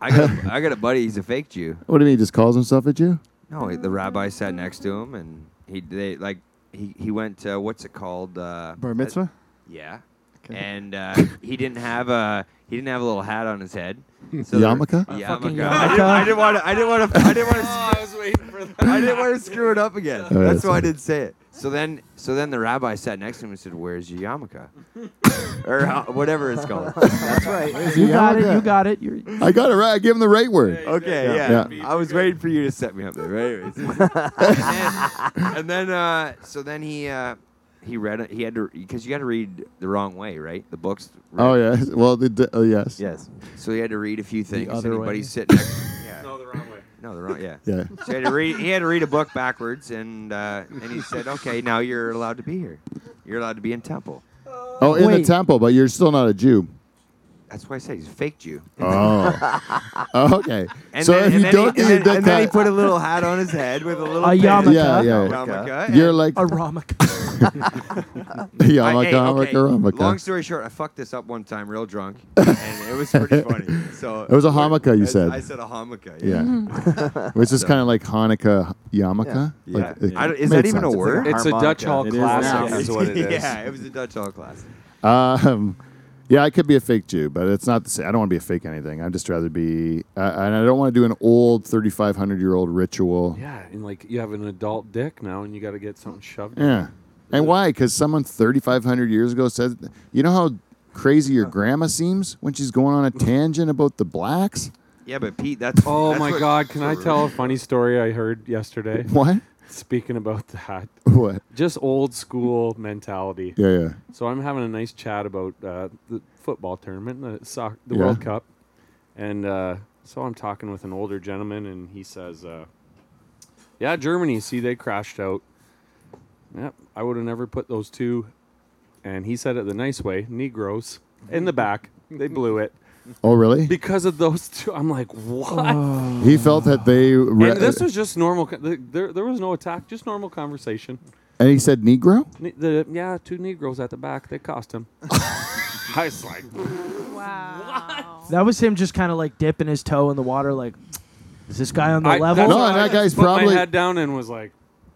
Speaker 9: I got, a, I got a buddy. He's a fake Jew.
Speaker 1: what do you mean? He just calls himself a Jew?
Speaker 9: No, the rabbi sat next to him, and he they like he he went to what's it called uh,
Speaker 8: Bar mitzvah?
Speaker 9: Yeah,
Speaker 8: Okay.
Speaker 9: and uh, he didn't have a he didn't have a little hat on his head. So the-
Speaker 1: Yarmulke?
Speaker 6: fucking
Speaker 9: Yarmulke. I didn't want to. I didn't want to. I didn't want to.
Speaker 3: Oh, I was waiting for that.
Speaker 9: I didn't want to screw it up
Speaker 8: Oh,
Speaker 9: again.
Speaker 1: right,
Speaker 9: That's
Speaker 1: that's
Speaker 9: why I
Speaker 1: fine.
Speaker 9: didn't say it. So then, so then the rabbi sat next to him and said, "Where's your yarmulke?" or how, whatever it's called.
Speaker 8: That's right.
Speaker 6: You got it.
Speaker 1: Yeah.
Speaker 6: You got it. You're,
Speaker 1: I got it right. I gave him the right word.
Speaker 9: Okay,
Speaker 1: Yeah.
Speaker 9: yeah.
Speaker 1: Yeah.
Speaker 9: I was waiting for you to set me up there. Right? Anyways. and then, and then uh, so then he uh, he read it. He had to because you got to read the wrong way, right? The books. read-
Speaker 1: Oh yeah. Well, the, d- uh, yes.
Speaker 4: Yes.
Speaker 9: So he had to read a few things.
Speaker 6: other
Speaker 9: and
Speaker 6: way.
Speaker 9: But he's sitting. Next, yeah.
Speaker 3: No, the wrong way.
Speaker 9: No, the wrong. Yeah.
Speaker 1: Yeah.
Speaker 9: So he had to read. He had to read a book backwards, and uh, and he said, "Okay, now you're allowed to be here." You're allowed to be in temple.
Speaker 1: Oh, in
Speaker 6: Wait.
Speaker 1: the temple, but you're still not a Jew.
Speaker 9: That's why I say he's a fake Jew.
Speaker 1: Oh. okay.
Speaker 9: And
Speaker 1: so if
Speaker 9: then, and
Speaker 1: you
Speaker 9: then
Speaker 1: don't
Speaker 9: he,
Speaker 1: get
Speaker 9: and
Speaker 1: your
Speaker 9: then,
Speaker 1: dick
Speaker 9: and then he
Speaker 1: cut,
Speaker 9: put a little hat on his head with a little
Speaker 6: A
Speaker 9: pin.
Speaker 6: yarmulke.
Speaker 1: Yeah, yeah.
Speaker 9: Yarmulke,
Speaker 1: you're like,
Speaker 6: A Ramaka.
Speaker 1: yeah,
Speaker 9: I-
Speaker 1: I'm a
Speaker 9: hey,
Speaker 1: comic,
Speaker 9: okay,
Speaker 1: I'm a
Speaker 9: Long
Speaker 1: comic.
Speaker 9: story short, I fucked this up one time, real drunk, and it was pretty funny. So
Speaker 1: It was a Hanukkah, you
Speaker 9: I-
Speaker 1: said.
Speaker 9: I said a hamaka.
Speaker 1: Yeah. Which is kind of like Hanukkah yarmulke.
Speaker 9: yeah.
Speaker 1: Like, it
Speaker 9: I don't- is
Speaker 1: made
Speaker 9: that even
Speaker 1: sense.
Speaker 9: a word?
Speaker 3: It's a
Speaker 4: Harmonica.
Speaker 3: Dutch Hall
Speaker 5: It is
Speaker 3: classic,
Speaker 5: now.
Speaker 3: is, what it is.
Speaker 9: yeah, it was a Dutch all class.
Speaker 1: Um, yeah, I could be a fake Jew, but it's not the same. I don't want to be a fake anything. I'd just rather be, uh, and I don't want to do an old 3,500 year old ritual.
Speaker 3: Yeah, and like you have an adult dick now, and you got to get something shoved. in.
Speaker 1: Yeah. And why? Because someone 3,500 years ago said, you know how crazy your grandma seems when she's going on a tangent about the blacks?
Speaker 9: Yeah, but Pete, that's
Speaker 3: Oh
Speaker 9: that's
Speaker 3: my
Speaker 9: what-
Speaker 3: God! Can I tell a funny story I heard yesterday?
Speaker 1: What?
Speaker 3: Speaking about that,
Speaker 1: What?
Speaker 3: just old school mentality.
Speaker 1: Yeah, yeah.
Speaker 3: So I'm having a nice chat about uh, the football tournament, the, soc- the
Speaker 1: Yeah.
Speaker 3: World Cup, and uh, so I'm talking with an older gentleman, and he says, uh, "Yeah, Germany. See, they crashed out. Yep, I would have never put those two. And he said it the nice way, Negroes in the back. They blew it
Speaker 1: Oh, really?
Speaker 3: because of those two. I'm like, what?
Speaker 1: He felt that they. Re-
Speaker 3: and this was just normal. co- th- There, there was no attack, just normal conversation.
Speaker 1: and he said Negro?
Speaker 3: Ne- the, yeah, two Negroes at the back. They cost him. I was like,
Speaker 7: Wow.
Speaker 6: That was him just kind of like dipping his toe in the water, like, is this guy on the level?
Speaker 3: that's
Speaker 1: No,
Speaker 3: why
Speaker 1: and
Speaker 3: I
Speaker 1: that guy's
Speaker 3: put
Speaker 1: probably-
Speaker 3: my head down and was like,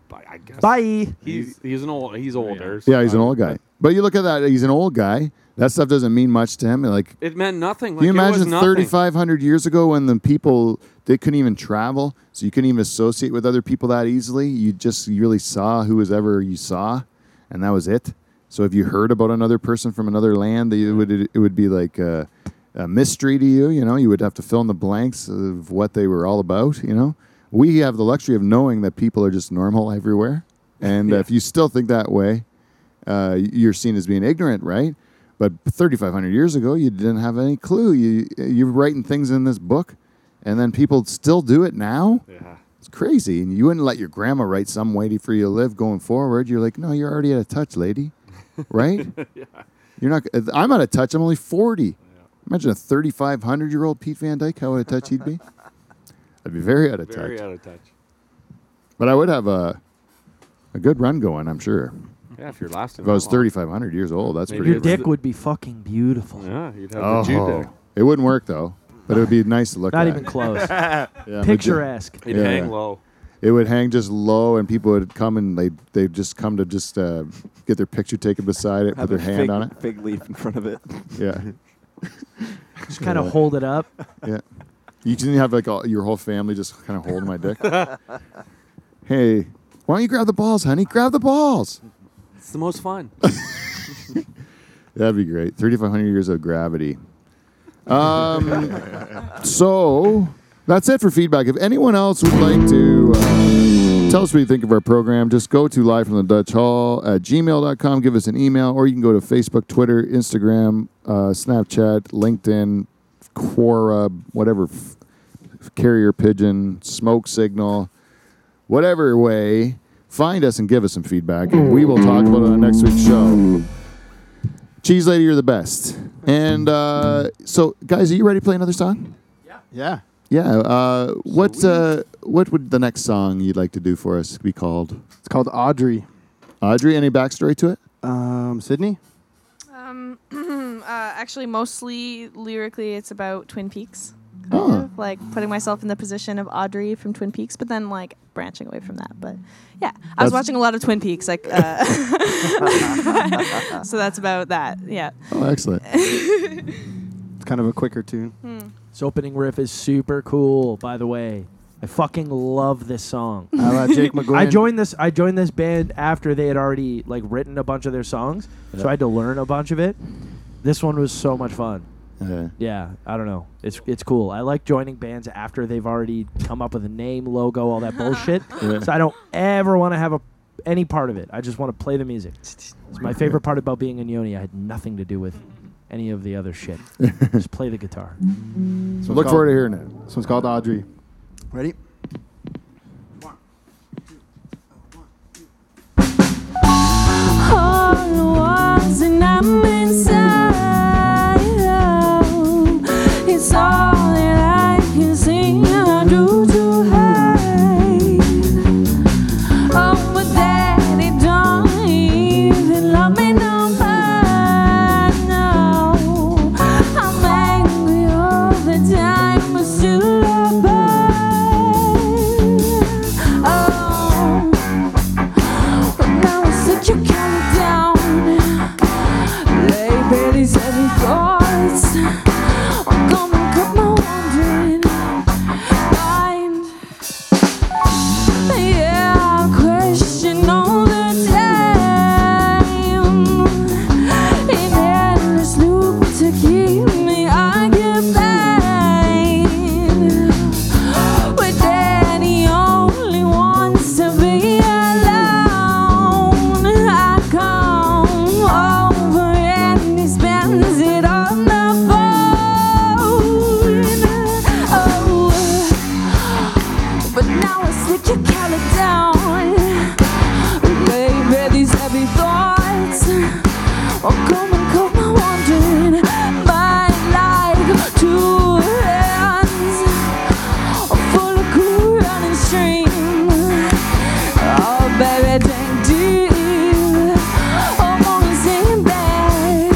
Speaker 3: "Bye, I guess.
Speaker 6: Bye.
Speaker 3: He's Oh, he's an old he's older. Uh, so
Speaker 1: Yeah, he's an
Speaker 3: I-
Speaker 1: old guy. But you look at that, he's an old guy. That stuff doesn't mean much to him. Like,
Speaker 3: It meant nothing. Like,
Speaker 1: Can you
Speaker 3: it was
Speaker 1: imagine
Speaker 3: nothing.
Speaker 1: 3,500 years ago when the people they couldn't even travel, so you couldn't even associate with other people that easily. You just you really saw who was ever you saw, and that was it. So if you heard about another person from another land, they, it would it would be like a, a mystery to you. You know, you would have to fill in the blanks of what they were all about. You know, we have the luxury of knowing that people are just normal everywhere, and uh, if you still think that way, uh, you're seen as being ignorant, right? But 3,500 years ago, you didn't have any clue. You you're writing things in this book, and then people still do it now.
Speaker 3: Yeah.
Speaker 1: It's crazy. And you wouldn't let your grandma write "Some waiting for you to live" going forward. You're like, no, you're already out of touch, lady, right? You're not. uh, I'm out of touch. I'm only 40. Imagine a 3,500 year old Pete Van Dyke. How out of touch he'd be. I'd be very out of
Speaker 3: Very
Speaker 1: touch.
Speaker 3: out of touch.
Speaker 1: But I would have a a good run going. I'm sure.
Speaker 3: Yeah, if you're lasting.
Speaker 1: If I was
Speaker 3: that long.
Speaker 1: 3,500 years old, that's
Speaker 3: Maybe
Speaker 1: pretty.
Speaker 6: Your
Speaker 3: it's the-
Speaker 6: dick would be fucking beautiful.
Speaker 3: Yeah, you'd have
Speaker 1: Oh.
Speaker 3: the Jew there.
Speaker 1: It wouldn't work though, but it would be nice to look
Speaker 6: Not
Speaker 1: at.
Speaker 6: even close.
Speaker 1: Yeah,
Speaker 6: Picture
Speaker 1: it.
Speaker 6: esque.
Speaker 3: He'd
Speaker 1: Yeah.
Speaker 3: hang low.
Speaker 1: It would hang just low, and people would come and they they'd just come to just uh, get their picture taken beside it, put
Speaker 4: Have
Speaker 1: their
Speaker 4: a
Speaker 1: hand
Speaker 4: fig,
Speaker 1: on it.
Speaker 4: Fig leaf in front of it.
Speaker 1: Yeah,
Speaker 6: Just kind of hold it up.
Speaker 1: yeah. You can have like all, your whole family just kind of holding my dick. hey, why don't you grab the balls, honey? Grab the balls.
Speaker 3: It's the most fun.
Speaker 1: That'd be great. 3,500 years of gravity. Um, so that's it for feedback. If anyone else would like to uh, tell us what you think of our program, just go to live from the Dutch Hall at gmail.com, give us an email, or you can go to Facebook, Twitter, Instagram, uh, Snapchat, LinkedIn, Quora, whatever, f- carrier pigeon, smoke signal, whatever way. Find us and give us some feedback, and we will talk about it on next week's show. Cheese Lady, you're the best. And uh, so, guys, are you ready to play another song?
Speaker 8: Yeah.
Speaker 1: Yeah. Uh, what uh, What would the next song you'd like to do for us be called?
Speaker 8: It's called Audrey.
Speaker 1: Audrey, any backstory to it?
Speaker 8: Um, Sydney?
Speaker 7: Um, uh, actually, mostly lyrically, it's about Twin Peaks. kind
Speaker 1: Oh.
Speaker 7: of, Like putting myself in the position of Audrey from Twin Peaks, but then like branching away from that. But yeah, I
Speaker 1: That's-
Speaker 7: was watching a lot of Twin Peaks, like uh, so that's about that. Yeah,
Speaker 1: Oh, excellent.
Speaker 8: It's kind of a quicker tune.
Speaker 6: This opening riff is super cool, by the way. I fucking love this song.
Speaker 8: I like Jake McGuinn.
Speaker 6: I joined this I joined this band after they had already like written a bunch of their songs. So I had to learn a bunch of it. This one was so much fun.
Speaker 1: Uh,
Speaker 6: Yeah, I don't know. It's it's cool. I like joining bands after they've already come up with a name, logo, all that bullshit. So I don't ever want to have a any part of it. I just want to play the music. It's my favorite part about being in Yoni. I had nothing to do with any of the other shit. just play the guitar.
Speaker 8: This one's
Speaker 1: look
Speaker 8: called-
Speaker 1: forward to hearing it.
Speaker 8: This one's called Audrey. Ready?
Speaker 7: all
Speaker 2: Oh, Put your collar down. Baby, these heavy thoughts are coming, coming, wandering. My life, two hands full of cool running stream. Oh, baby, drink deep. I'm on the same bed.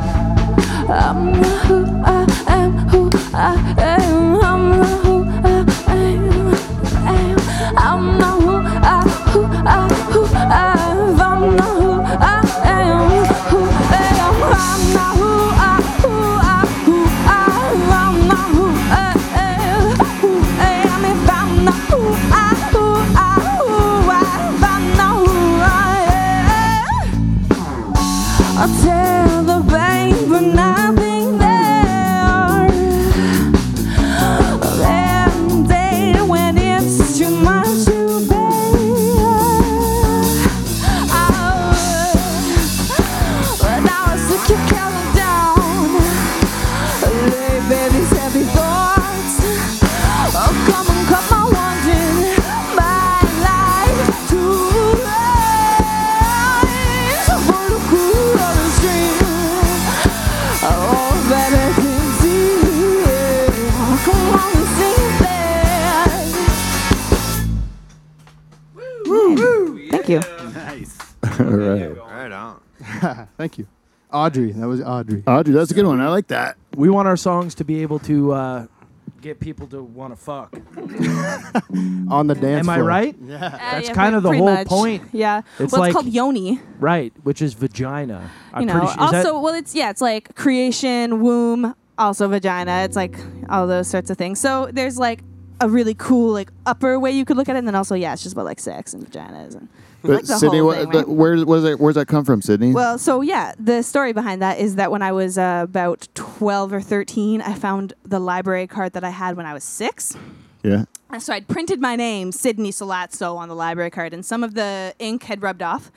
Speaker 2: I'm the who I am, who I am. I'm the who I am, am. I'm the who I, who I, who I am. I'm the who I am, who I am. I'm the who I, who I, who I am. I'm the who I am, who I am. If I'm the who I, who I, who I am. I'm the who I am. I tear the bank, but nothing there. Every day when it's too much to bear. Oh, but now I see you coming down. Lay baby's heavy thoughts. Oh, come on, come on, wandering my life to life. What a cool other Oh, baby, can see. Oh, come on, we sing that.
Speaker 7: Thank you.
Speaker 1: All right.
Speaker 9: Right on.
Speaker 8: Thank you. Audrey. That was Audrey.
Speaker 1: Audrey, that's a good one. I like that.
Speaker 6: We want our songs to be able to uh, get people to want to fuck.
Speaker 8: On the dance
Speaker 6: Am I
Speaker 8: floor.
Speaker 6: right? That's kind of the whole point.
Speaker 7: Yeah.
Speaker 6: It's
Speaker 7: well,
Speaker 6: like-
Speaker 7: it's called yoni.
Speaker 6: Right, which is vagina.
Speaker 7: you know
Speaker 6: su- is
Speaker 7: also
Speaker 6: that-
Speaker 7: well it's yeah it's like creation womb also vagina it's like all those sorts of things so there's like a really cool like upper way you could look at it and then also yeah it's just about like sex and vaginas and
Speaker 1: But
Speaker 7: like the
Speaker 1: Sydney,
Speaker 7: whole
Speaker 1: wha-
Speaker 7: thing,
Speaker 1: the-
Speaker 7: right?
Speaker 1: where, where's that, where's that come from, Sydney?
Speaker 7: well so yeah the story behind that is that when i was uh, about 12 or 13 i found the library card that i had when i was six
Speaker 1: yeah.
Speaker 7: and so I'd printed my name, Sydney Solazzo, on the library card, and some of the ink had rubbed off.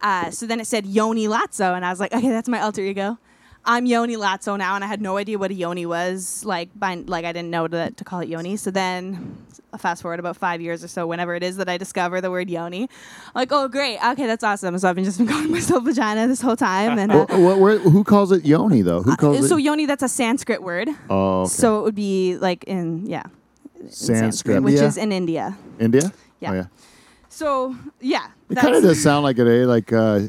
Speaker 7: Uh, so then it said Yoni Lazzo, and I was like, okay, that's my alter ego. I'm Yoni Lazzo now, and I had no idea what a Yoni was. Like, by, like I didn't know to, to call it Yoni. So then, fast forward about five years or so, whenever it is that I discover the word Yoni, I'm like, oh, great, okay, that's awesome. So I've been just been calling myself vagina this whole time. And uh,
Speaker 1: Well, what, where, who calls it yoni though? Who calls it?
Speaker 7: so Yoni, that's a Sanskrit word.
Speaker 1: oh, okay.
Speaker 7: So it would be like in yeah, in
Speaker 1: Sanskrit.
Speaker 7: which
Speaker 1: Yeah.
Speaker 7: is in India.
Speaker 1: India.
Speaker 7: Yeah.
Speaker 1: Oh, yeah.
Speaker 7: So yeah,
Speaker 1: It kind of does sound like it, eh? Like, uh,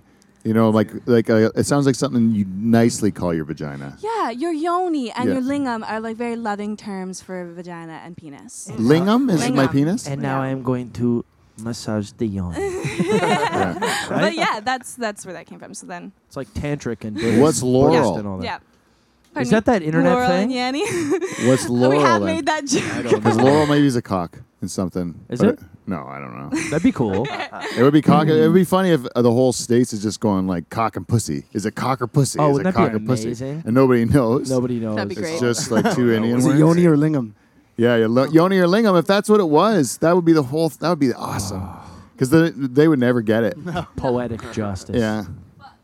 Speaker 1: you know, like like uh, it sounds like something you nicely call your vagina.
Speaker 7: yeah, your yoni and
Speaker 1: Yeah.
Speaker 7: your lingam are like very loving terms for vagina and penis.
Speaker 1: Lingam is my
Speaker 7: Lingam.
Speaker 1: penis.
Speaker 6: and now I am going to massage the yoni.
Speaker 1: Yeah.
Speaker 7: But yeah, that's that's where that came from. So then,
Speaker 6: It's like tantric and
Speaker 1: What's
Speaker 7: yeah,
Speaker 1: Laurel?
Speaker 6: and all that.
Speaker 7: yeah.
Speaker 6: Is that that internet
Speaker 7: Laurel
Speaker 6: thing?
Speaker 7: and Yanni?
Speaker 1: What's
Speaker 7: we
Speaker 1: Laurel?
Speaker 7: have
Speaker 1: then?
Speaker 7: made that joke.
Speaker 1: Because Laurel maybe is a cock and something.
Speaker 6: Is
Speaker 1: But-
Speaker 6: it?
Speaker 1: No, I don't know.
Speaker 6: That'd be cool.
Speaker 1: It would be cock. It would be funny if uh, the whole states is just going like cock and pussy. Is it cock or pussy?
Speaker 6: Oh,
Speaker 1: is it
Speaker 6: wouldn't that
Speaker 1: cock
Speaker 6: be
Speaker 1: or pussy?
Speaker 6: amazing?
Speaker 1: And nobody knows.
Speaker 6: Nobody knows.
Speaker 7: That'd be
Speaker 1: It's
Speaker 7: Great.
Speaker 1: just like two Indian
Speaker 8: Is it
Speaker 1: words.
Speaker 8: Yoni or Lingam?
Speaker 1: Yeah, yeah. Lo- Yoni or Lingam. If that's what it was, that would be the whole. that would be awesome.
Speaker 6: Oh.
Speaker 1: Because then they would never get it.
Speaker 6: Poetic justice.
Speaker 1: Yeah.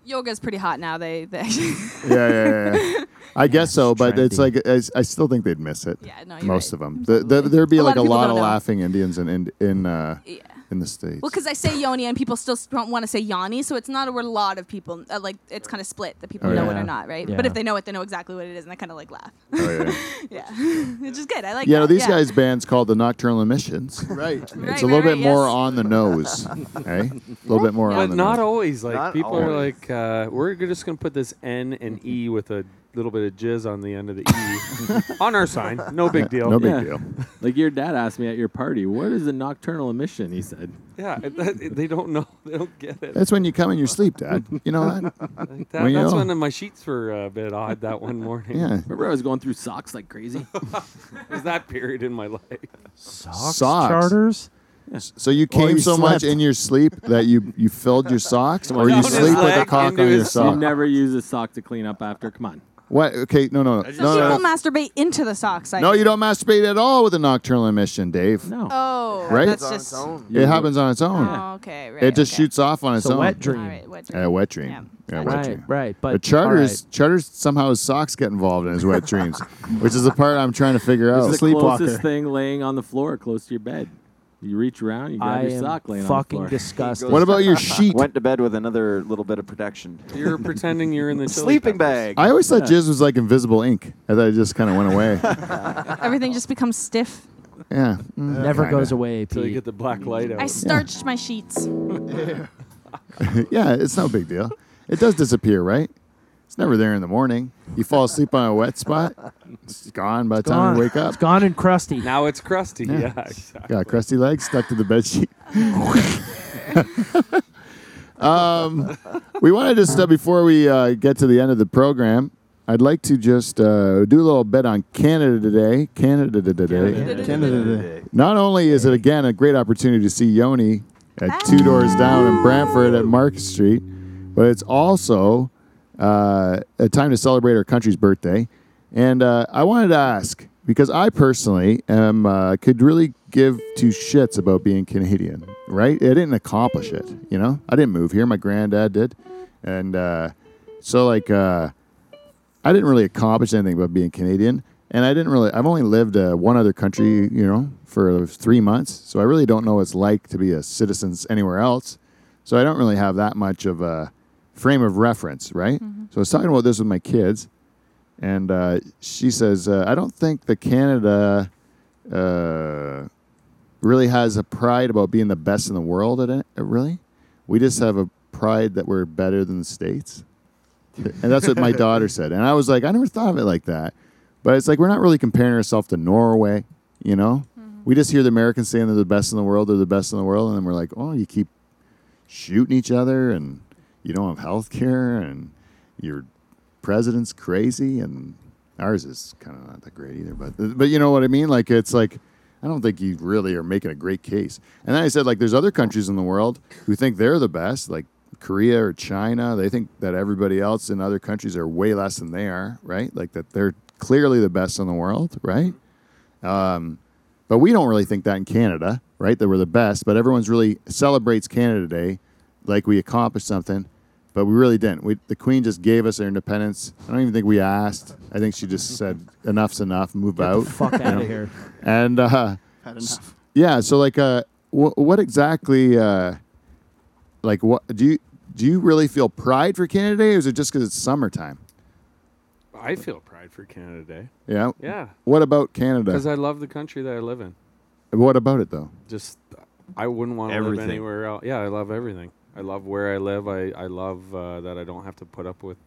Speaker 7: Yoga's pretty hot now. They, they actually,
Speaker 1: yeah, yeah, yeah, yeah. I guess so, but it's
Speaker 6: trendy.
Speaker 1: like I, I still think they'd miss it.
Speaker 7: Yeah, no, you're
Speaker 1: most
Speaker 7: right. Mm-hmm.
Speaker 1: of them. The, the, there'd be
Speaker 7: A lot
Speaker 1: like
Speaker 7: of
Speaker 1: a
Speaker 7: people
Speaker 1: lot
Speaker 7: don't
Speaker 1: of
Speaker 7: know.
Speaker 1: laughing Indians in in in, uh,
Speaker 7: yeah.
Speaker 1: in the states.
Speaker 7: Well, because I say yoni and people still s- don't want to say yanni, so it's not a word a lot of people uh, like. It's kind of split that people
Speaker 1: Oh,
Speaker 7: know
Speaker 1: yeah.
Speaker 7: it or not, right?
Speaker 6: Yeah.
Speaker 7: But if they know it, they know exactly what it is, and they kind of like laugh.
Speaker 1: oh, yeah,
Speaker 7: yeah, which is good. I like.
Speaker 1: yeah
Speaker 7: that.
Speaker 1: no, these guys' bands called the Nocturnal Emissions.
Speaker 8: Right.
Speaker 7: Right,
Speaker 1: it's a little
Speaker 7: right,
Speaker 1: bit
Speaker 7: right,
Speaker 1: more
Speaker 7: yes.
Speaker 1: on the nose, okay? A little bit more on
Speaker 3: But
Speaker 1: the
Speaker 3: not
Speaker 1: nose.
Speaker 3: always. Like
Speaker 4: Not
Speaker 3: people are
Speaker 4: always.
Speaker 3: like, uh, we're just gonna put this N and E with a little bit of jizz on the end of the E on our sign. No big deal.
Speaker 1: no big
Speaker 5: Yeah.
Speaker 1: deal.
Speaker 5: Like your dad asked me at your party, what is a nocturnal emission? He said,
Speaker 3: Yeah, it- that- it- they don't know. They don't get it.
Speaker 1: That's when you come in your sleep, Dad. You know what?
Speaker 3: Like that-
Speaker 1: Well,
Speaker 3: that's
Speaker 1: yeah.
Speaker 3: when my sheets were a bit odd that one morning.
Speaker 1: Yeah.
Speaker 5: remember I was going through socks like crazy?
Speaker 3: It was that period in my life.
Speaker 6: Socks,
Speaker 1: Socks.
Speaker 6: charters.
Speaker 1: So you
Speaker 8: Or
Speaker 1: came
Speaker 8: you
Speaker 1: so much
Speaker 8: slept.
Speaker 1: in your sleep that you you filled your socks, or
Speaker 3: Down
Speaker 1: you
Speaker 3: his
Speaker 1: sleep with a
Speaker 3: leg
Speaker 1: cock
Speaker 3: into
Speaker 8: Oh.
Speaker 1: on your
Speaker 3: his-
Speaker 5: you
Speaker 1: sock.
Speaker 5: never use a sock to clean up after. Come on.
Speaker 1: What? Okay, no, no, no,
Speaker 9: just-
Speaker 1: no,
Speaker 7: People
Speaker 1: no, no.
Speaker 7: masturbate into the sock cycle.
Speaker 1: No, you don't masturbate at all with a nocturnal emission, Dave.
Speaker 6: No.
Speaker 7: Oh,
Speaker 1: Right?
Speaker 7: That's
Speaker 9: on its
Speaker 7: just.
Speaker 9: own.
Speaker 1: It happens on its own.
Speaker 7: Oh, okay. Right.
Speaker 1: It just
Speaker 7: okay.
Speaker 1: shoots off on its
Speaker 6: It's a
Speaker 1: own.
Speaker 6: wet
Speaker 7: All
Speaker 6: dream.
Speaker 7: right. Wet dream.
Speaker 1: A wet dream.
Speaker 7: Yeah.
Speaker 1: Yeah, wet
Speaker 6: Right,
Speaker 1: dream.
Speaker 6: right. But,
Speaker 1: But charters, charters somehow his socks get involved in his wet dreams, which is the part I'm trying to figure out.
Speaker 5: It's the
Speaker 8: Sleepwalker.
Speaker 5: closest thing laying on the floor close to your bed. You reach around, you
Speaker 6: all right,
Speaker 5: grab
Speaker 6: I
Speaker 5: your
Speaker 6: am
Speaker 5: sock laying
Speaker 6: fucking
Speaker 5: on the floor.
Speaker 6: disgusted.
Speaker 1: What about your sheet?
Speaker 4: Went to bed with another little bit of protection.
Speaker 3: You're pretending you're in the Chili
Speaker 4: Sleeping
Speaker 3: Peppers.
Speaker 4: bag.
Speaker 1: I always thought jizz was like invisible ink. I thought it just kind of went away.
Speaker 7: Everything just becomes stiff.
Speaker 1: yeah. Mm.
Speaker 6: Never
Speaker 1: Kinda.
Speaker 6: goes away,
Speaker 3: Till you
Speaker 6: Pete.
Speaker 3: get the black light
Speaker 1: Oh,
Speaker 3: out.
Speaker 7: I starched my sheets.
Speaker 1: yeah, it's no big deal. It does disappear, right? It's never there in the morning. You fall asleep on a wet spot, it's gone by the time
Speaker 6: Gone.
Speaker 1: you wake
Speaker 6: It's
Speaker 1: up.
Speaker 6: gone and crusty.
Speaker 3: now it's crusty. Yeah, exactly.
Speaker 1: Got crusty legs stuck to the bed sheet. um, we want to just uh, before we uh, get to the end of the program, I'd like to just uh, do a little bit on Canada today. Canada today.
Speaker 8: Canada Day.
Speaker 1: Not only is it again a great opportunity to see Yoni at Two Doors Down in Brantford at Market Street, but it's also uh, a time to celebrate our country's birthday. And uh, I wanted to ask because I personally am uh, could really give two shits about being Canadian, right? I didn't accomplish it, you know. I didn't move here; my granddad did, and uh, so like. Uh, I didn't really accomplish anything about being Canadian, and I didn't really. I've only lived uh, one other country, you know, for three months, so I really don't know what it's like to be a citizen anywhere else. So I don't really have that much of a frame of reference, right? So I was talking about this with my kids, and uh, she says, uh, "I don't think that Canada uh, really has a pride about being the best in the world at it. Really, we just have a pride that we're better than the states." And that's what my daughter said. And I was like, I never thought of it like that. But it's like we're not really comparing ourselves to Norway, you know? We just hear the Americans saying they're the best in the world, they're the best in the world, and then we're like, Oh, you keep shooting each other and you don't have health care and your president's crazy and ours is kind of not that great either but but you know what i mean like it's like i don't think you really are making a great case and then i said like there's other countries in the world who think they're the best like korea or china they think that everybody else in other countries are way less than they are right like that they're clearly the best in the world right but we don't really think that in Canada, right? That we're the best, but everyone's really celebrates Canada Day like we accomplished something, but we really didn't. We, the Queen just gave us our independence. I don't even think we asked. I think she just said, enough's enough, move out.
Speaker 6: Fuck out of here.
Speaker 1: And uh,
Speaker 8: Had enough.
Speaker 1: yeah, so like, uh, wh- what exactly, uh, like, what do you do? You really feel pride for Canada Day, or is it just because it's summertime?
Speaker 3: I feel pride for Canada Day.
Speaker 1: Yeah.
Speaker 3: Yeah,
Speaker 1: What about
Speaker 3: because
Speaker 1: Canada?
Speaker 3: I love the country that I live in.
Speaker 1: what about it though?
Speaker 3: Just, I wouldn't want to live
Speaker 9: Everything.
Speaker 3: anywhere else. Yeah, I love everything. I love where I live. I I love uh, that I don't have to put up with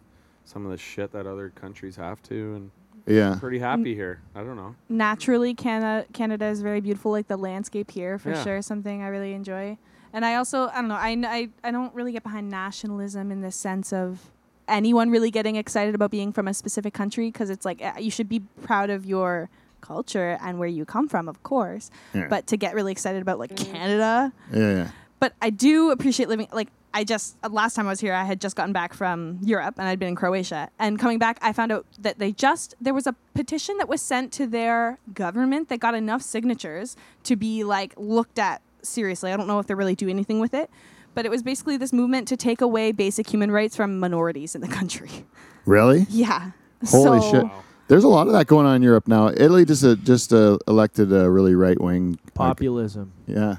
Speaker 3: some of the shit that other countries have to, and
Speaker 1: Yeah.
Speaker 3: pretty happy here. I don't know.
Speaker 7: Naturally, Canada Canada is very beautiful. Like the landscape here, for
Speaker 3: Yeah.
Speaker 7: sure, something I really enjoy. And I also, I don't know, I, n- I, I don't really get behind nationalism in the sense of anyone really getting excited about being from a specific country because it's like eh, you should be proud of your culture and where you come from, of course.
Speaker 1: Yeah.
Speaker 7: But to get really excited about like Canada,
Speaker 1: Yeah. Yeah.
Speaker 7: but I do appreciate living. Like I just uh, last time I was here, I had just gotten back from Europe and I'd been in Croatia. And coming back, I found out that they just there was a petition that was sent to their government that got enough signatures to be like looked at seriously. I don't know if they really do anything with it, but it was basically this movement to take away basic human rights from minorities in the country.
Speaker 1: Really?
Speaker 7: Yeah.
Speaker 1: Holy
Speaker 7: So-
Speaker 1: shit! There's a lot of that going on in Europe now. Italy just uh, just uh, elected a really right wing.
Speaker 6: Populism.
Speaker 1: yeah,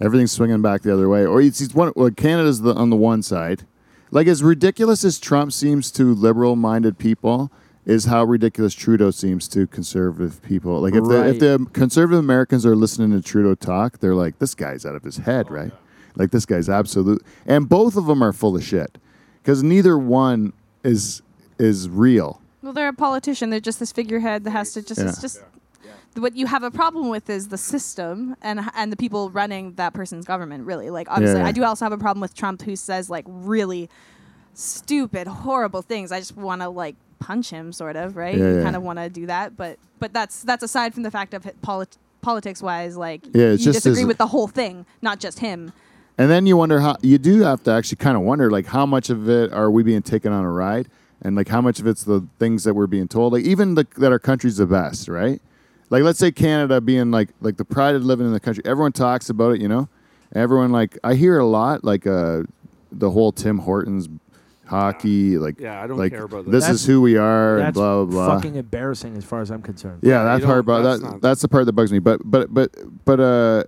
Speaker 1: everything's swinging back the other way. Or you see, it's one well, Canada's the, on the one side. Like as ridiculous as Trump seems to liberal minded people, is how ridiculous Trudeau seems to conservative people. Like if the if
Speaker 6: Right.
Speaker 1: the conservative Americans are listening to Trudeau talk, they're like, this guy's out of his head, right? Like this guy's absolute. And both of them are full of shit because neither one is is real.
Speaker 7: Well, they're a politician. They're just this figurehead that has to just. It's
Speaker 1: Yeah.
Speaker 7: just what you have a problem with is the system and and the people running that person's government. Really, like obviously,
Speaker 1: Yeah.
Speaker 7: I do also have a problem with Trump, who says like really stupid, horrible things. I just want to like punch him, sort of. Right?
Speaker 1: Yeah,
Speaker 7: you
Speaker 1: yeah.
Speaker 7: kind of want to do that, but but that's that's aside from the fact of it- polit- politics wise, like
Speaker 1: Yeah,
Speaker 7: you
Speaker 1: it's just
Speaker 7: disagree
Speaker 1: as-
Speaker 7: with the whole thing, not just him.
Speaker 1: And then you wonder how you do have to actually kind of wonder like how much of it are we being taken on a ride and like how much of it's the things that we're being told like even the, that our country's the best right like let's say canada being like like the pride of living in the country everyone talks about it you know everyone like i hear a lot like uh the whole tim hortons hockey like
Speaker 3: Yeah, I don't
Speaker 1: like
Speaker 3: care about that.
Speaker 1: this
Speaker 6: That's-
Speaker 1: is who we are and
Speaker 6: That's
Speaker 1: blah blah blah
Speaker 6: fucking embarrassing as far as I'm concerned.
Speaker 1: yeah,
Speaker 3: Yeah, you
Speaker 1: that part.
Speaker 3: don't-
Speaker 1: But
Speaker 3: that's
Speaker 1: that's,
Speaker 3: not-
Speaker 1: that's the part that bugs me. But but but but uh,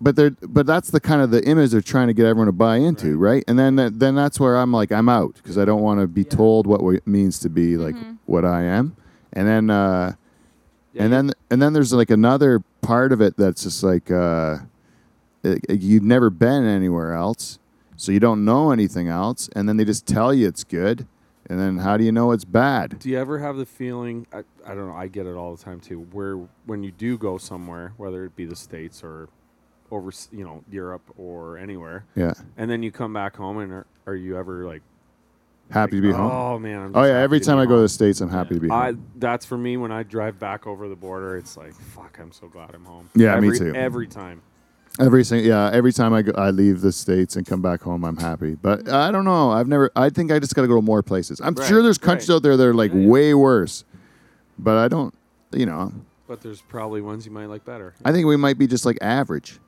Speaker 1: but they're but that's the kind of the image they're trying to get everyone to buy into, right? And then that- then that's where I'm like I'm out because I don't want to be told what it means to be like what I am. And then uh,
Speaker 3: Yeah,
Speaker 1: and
Speaker 3: you-
Speaker 1: then and then there's like another part of it that's just like uh, it- it- you've never been anywhere else, so you don't know anything else. And then they just tell you it's good, and then how do you know it's bad?
Speaker 3: Do you ever have the feeling? I, I don't know. I get it all the time too. Where when you do go somewhere, whether it be the states or over, you know, Europe or anywhere,
Speaker 1: Yeah,
Speaker 3: and then you come back home, and are, are you ever like
Speaker 1: happy to be
Speaker 3: like,
Speaker 1: home.
Speaker 3: Oh man! I'm
Speaker 1: Oh
Speaker 3: just
Speaker 1: yeah,
Speaker 3: happy
Speaker 1: every
Speaker 3: to
Speaker 1: time
Speaker 3: be
Speaker 1: I go to
Speaker 3: home."
Speaker 1: the states, I'm happy to be.
Speaker 3: I
Speaker 1: home.
Speaker 3: that's for me when I drive back over the border. It's like fuck. I'm so glad I'm home.
Speaker 1: Yeah, me
Speaker 3: every,
Speaker 1: too.
Speaker 3: Every time.
Speaker 1: Every sing- yeah, every time I go, I leave the states and come back home, I'm happy. But I don't know. I've never. I think I just got to go to more places. I'm
Speaker 3: Right,
Speaker 1: sure there's countries
Speaker 3: right.
Speaker 1: out there that are like
Speaker 3: Yeah, yeah.
Speaker 1: way worse, but I don't. You know,
Speaker 3: But there's probably ones you might like better.
Speaker 1: I think we might be just like average,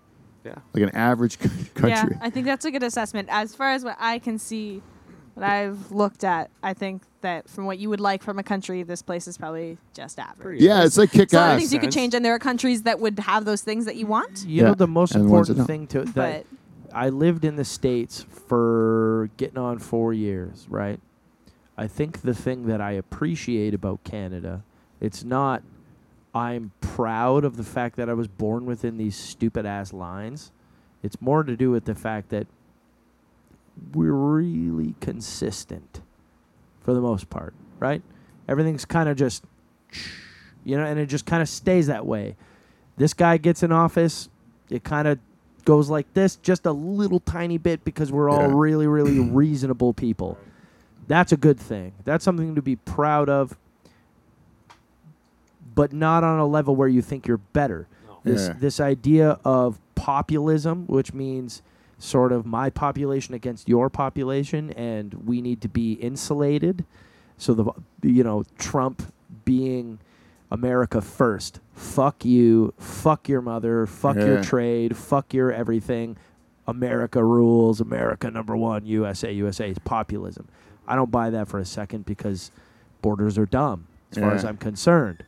Speaker 3: Yeah.
Speaker 1: like an average country.
Speaker 7: Yeah, I think that's a good assessment. As far as what I can see, what I've looked at, I think that from what you would like from a country, this place is probably just average.
Speaker 3: Pretty
Speaker 1: yeah, it's like kick
Speaker 7: So there are
Speaker 1: ass.
Speaker 7: things you could
Speaker 3: Sense.
Speaker 7: change, and there are countries that would have those things that you want.
Speaker 6: You
Speaker 1: Yeah,
Speaker 6: know the most
Speaker 1: and ones that
Speaker 6: important
Speaker 1: don't.
Speaker 6: thing to that
Speaker 7: But
Speaker 6: I lived in the states for getting on 4 years, right? I think the thing that I appreciate about Canada, it's not I'm proud of the fact that I was born within these stupid ass lines. It's more to do with the fact that we're really consistent for the most part, right? Everything's kind of just you know, and it just kind of stays that way. This guy gets in office, it kind of goes like this just a little tiny bit because we're all
Speaker 1: Yeah.
Speaker 6: really really reasonable people. That's a good thing. That's something to be proud of. But not on a level where you think you're better this
Speaker 1: Yeah.
Speaker 6: this idea of populism, which means sort of my population against your population, and we need to be insulated. So the you know Trump being America first, fuck you, fuck your mother, fuck
Speaker 1: Yeah.
Speaker 6: your trade, fuck your everything. America rules, America number one, USA, USA is populism. I don't buy that for a second because borders are dumb as far
Speaker 1: Yeah.
Speaker 6: as I'm concerned.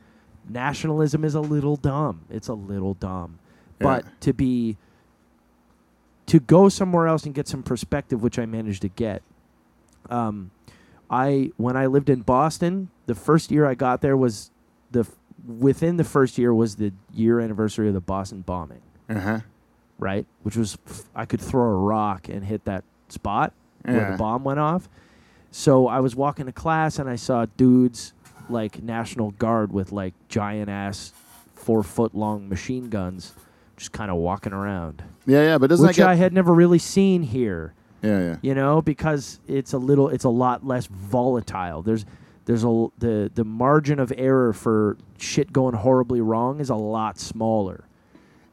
Speaker 6: Nationalism is a little dumb. It's a little dumb. But
Speaker 1: Yeah.
Speaker 6: to be to go somewhere else and get some perspective, which I managed to get. Um, I when I lived in Boston, the first year I got there was the f- within the first year was the year anniversary of the Boston bombing,
Speaker 1: Uh-huh.
Speaker 6: right? Which was f- I could throw a rock and hit that spot where
Speaker 1: Yeah.
Speaker 6: the bomb went off. So I was walking to class and I saw dudes like National Guard with like giant ass four foot long machine guns just kind of walking around,
Speaker 1: Yeah, yeah, but doesn't
Speaker 6: which I
Speaker 1: that
Speaker 6: had never really seen here
Speaker 1: get? yeah, yeah.
Speaker 6: you know because it's a little it's a lot less volatile there's there's a l- the the margin of error for shit going horribly wrong is a lot smaller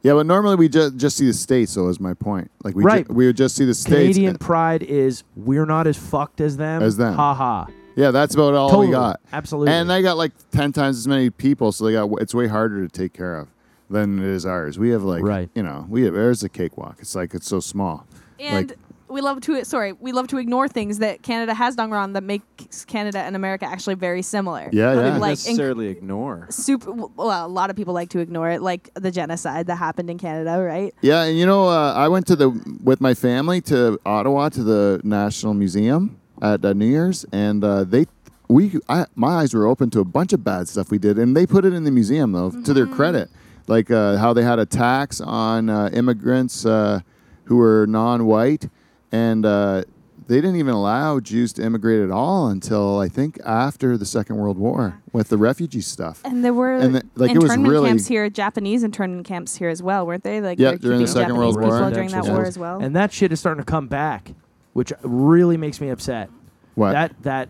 Speaker 1: Yeah, but normally we just just see the states. So is my point. Like we ju-
Speaker 6: Right.
Speaker 1: we would just see the states.
Speaker 6: canadian pride is we're not as fucked as them
Speaker 1: As them.
Speaker 6: Ha ha.
Speaker 1: Yeah, that's about all
Speaker 6: totally
Speaker 1: we got.
Speaker 6: absolutely
Speaker 1: And they got like ten times as many people, so they got it's way harder to take care of than it is ours. We have like
Speaker 6: Right.
Speaker 1: you know, we have ours a cakewalk. It's like it's so small.
Speaker 7: and
Speaker 1: like,
Speaker 7: we love to sorry, we love to ignore things that Canada has done wrong that makes Canada and America actually very similar.
Speaker 1: yeah,
Speaker 4: Not
Speaker 1: yeah,
Speaker 4: even
Speaker 7: Like, inc-
Speaker 4: necessarily ignore.
Speaker 7: Super. Well, a lot of people like to ignore it, like the genocide that happened in Canada, right?
Speaker 1: yeah. And you know, uh, I went to the with my family to Ottawa to the National Museum at uh, New Year's, and uh, they we I, my eyes were open to a bunch of bad stuff we did, and they put it in the museum though. To their credit, like uh, how they had a tax on uh, immigrants uh, who were non-white, and uh, they didn't even allow Jews to immigrate at all until I think after the Second World War with the refugee stuff.
Speaker 7: And there were
Speaker 1: And the- like, it was
Speaker 7: internment
Speaker 1: really-
Speaker 7: camps here, Japanese internment camps here as well, weren't they? Like
Speaker 1: Yeah,
Speaker 7: they were
Speaker 1: during the
Speaker 7: keeping
Speaker 1: Second
Speaker 7: Japanese
Speaker 1: World War.
Speaker 7: people during that
Speaker 1: Yeah.
Speaker 7: war as well.
Speaker 6: and that shit is starting to come back which really makes me upset
Speaker 1: What?
Speaker 6: that that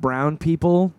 Speaker 6: brown people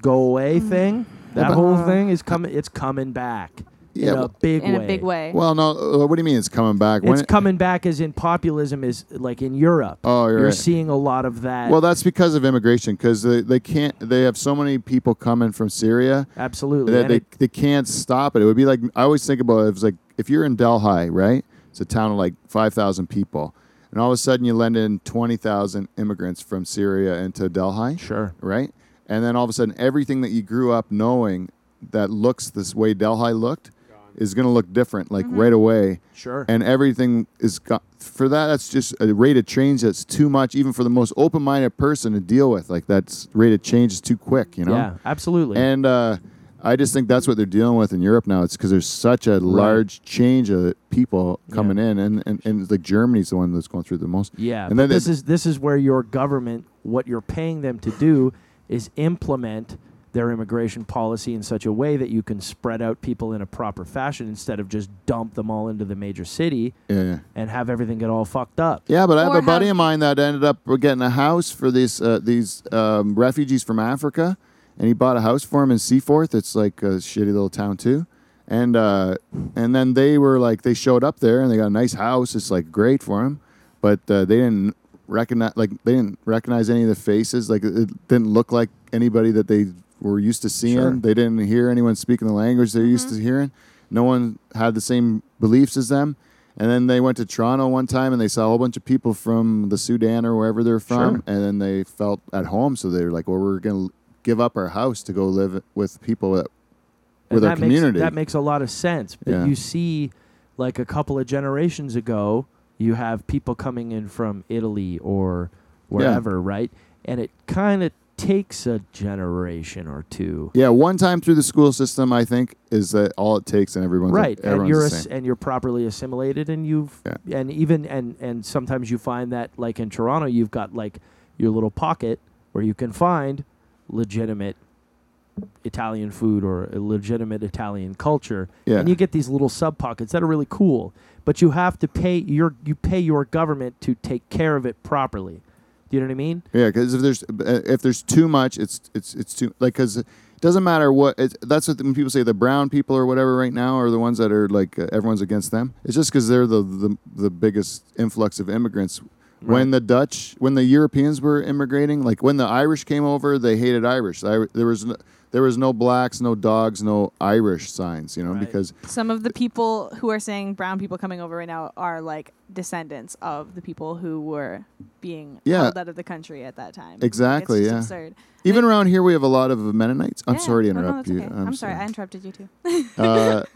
Speaker 6: go away thing that
Speaker 7: Mm.
Speaker 1: but-
Speaker 6: whole thing is coming it's coming back in
Speaker 1: Yeah,
Speaker 6: a big
Speaker 7: in
Speaker 6: way.
Speaker 7: a big way.
Speaker 1: Well, no. uh, What do you mean it's coming back? When
Speaker 6: It's
Speaker 1: it-
Speaker 6: coming back as in populism is like in Europe.
Speaker 1: Oh, you're
Speaker 6: you're
Speaker 1: right.
Speaker 6: seeing a lot of that.
Speaker 1: well, that's because of immigration, because they, they can't. They have so many people coming from Syria
Speaker 6: absolutely.
Speaker 1: that
Speaker 6: And
Speaker 1: they,
Speaker 6: it-
Speaker 1: they can't stop it. It would be like I always think about it, it's like if you're in Delhi, right? It's a town of like five thousand people, and all of a sudden you lend in twenty thousand immigrants from Syria into Delhi.
Speaker 6: sure.
Speaker 1: right? And then all of a sudden, everything that you grew up knowing that looks this way Delhi looked is going to look different, like right away.
Speaker 6: Sure.
Speaker 1: And everything is got, for that. That's just a rate of change that's too much, even for the most open-minded person to deal with. Like that's rate of change is too quick, you know.
Speaker 6: Yeah, absolutely.
Speaker 1: And uh, I just think that's what they're dealing with in Europe now. It's because there's such a large change of people coming in, and, and and like Germany's the one that's going through the most.
Speaker 6: Yeah,
Speaker 1: And
Speaker 6: but
Speaker 1: then
Speaker 6: this
Speaker 1: it-
Speaker 6: is this is where your government, what you're paying them to do, is implement their immigration policy in such a way that you can spread out people in a proper fashion instead of just dump them all into the major city
Speaker 1: Yeah, yeah.
Speaker 6: and have everything get all fucked up.
Speaker 1: Yeah, but I have
Speaker 7: Or
Speaker 1: a buddy
Speaker 7: have-
Speaker 1: of mine that ended up getting a house for these uh, these um, refugees from Africa, and he bought a house for him in Seaforth. It's like a shitty little town too, and uh, and then they were like they showed up there and they got a nice house. It's like great for him, but uh, they didn't recognize like they didn't recognize any of the faces. Like it it didn't look like anybody that they were used to seeing.
Speaker 6: Sure.
Speaker 1: They didn't hear anyone speaking the language they're used
Speaker 7: Mm-hmm.
Speaker 1: to hearing. No one had the same beliefs as them. And then they went to Toronto one time and they saw a whole bunch of people from the Sudan or wherever they're from. And then they felt at home. So they were like, well, we're going to give up our house to go live with people that,
Speaker 6: And
Speaker 1: with our
Speaker 6: that makes,
Speaker 1: community.
Speaker 6: That makes a lot of sense. But
Speaker 1: Yeah.
Speaker 6: you see, like a couple of generations ago, you have people coming in from Italy or wherever, right? And it kind of takes a generation or two.
Speaker 1: yeah, one time through the school system, I think, is that all it takes and everyone's,
Speaker 6: right and
Speaker 1: everyone's
Speaker 6: you're
Speaker 1: the
Speaker 6: ass-
Speaker 1: same.
Speaker 6: and you're properly assimilated and you've
Speaker 1: Yeah.
Speaker 6: and even and and sometimes you find that like in toronto you've got like your little pocket where you can find legitimate italian food or a legitimate italian culture
Speaker 1: Yeah.
Speaker 6: and you get these little sub pockets that are really cool but you have to pay your you pay your government to take care of it properly do you know what i mean
Speaker 1: Yeah, because if there's uh, if there's too much, it's it's it's too like because it doesn't matter what. It's, that's what when people say the brown people or whatever right now are the ones that are like uh, everyone's against them. It's just because they're the, the the biggest influx of immigrants. When the Dutch, when the Europeans were immigrating, like when the Irish came over, they hated Irish. The Ir- there was no, there was no blacks, no dogs, no Irish signs, you know, because
Speaker 7: Some of the people who are saying brown people coming over right now are like descendants of the people who were being
Speaker 1: Yeah.
Speaker 7: held out of the country at that time. Like,
Speaker 1: Exactly,
Speaker 7: It's just
Speaker 1: yeah.
Speaker 7: absurd.
Speaker 1: even around here we have a lot of Mennonites. I'm
Speaker 7: Yeah.
Speaker 1: sorry to
Speaker 7: Oh, no,
Speaker 1: interrupt
Speaker 7: that's
Speaker 1: you.
Speaker 7: okay. I'm, sorry. I interrupted you too.
Speaker 1: Uh,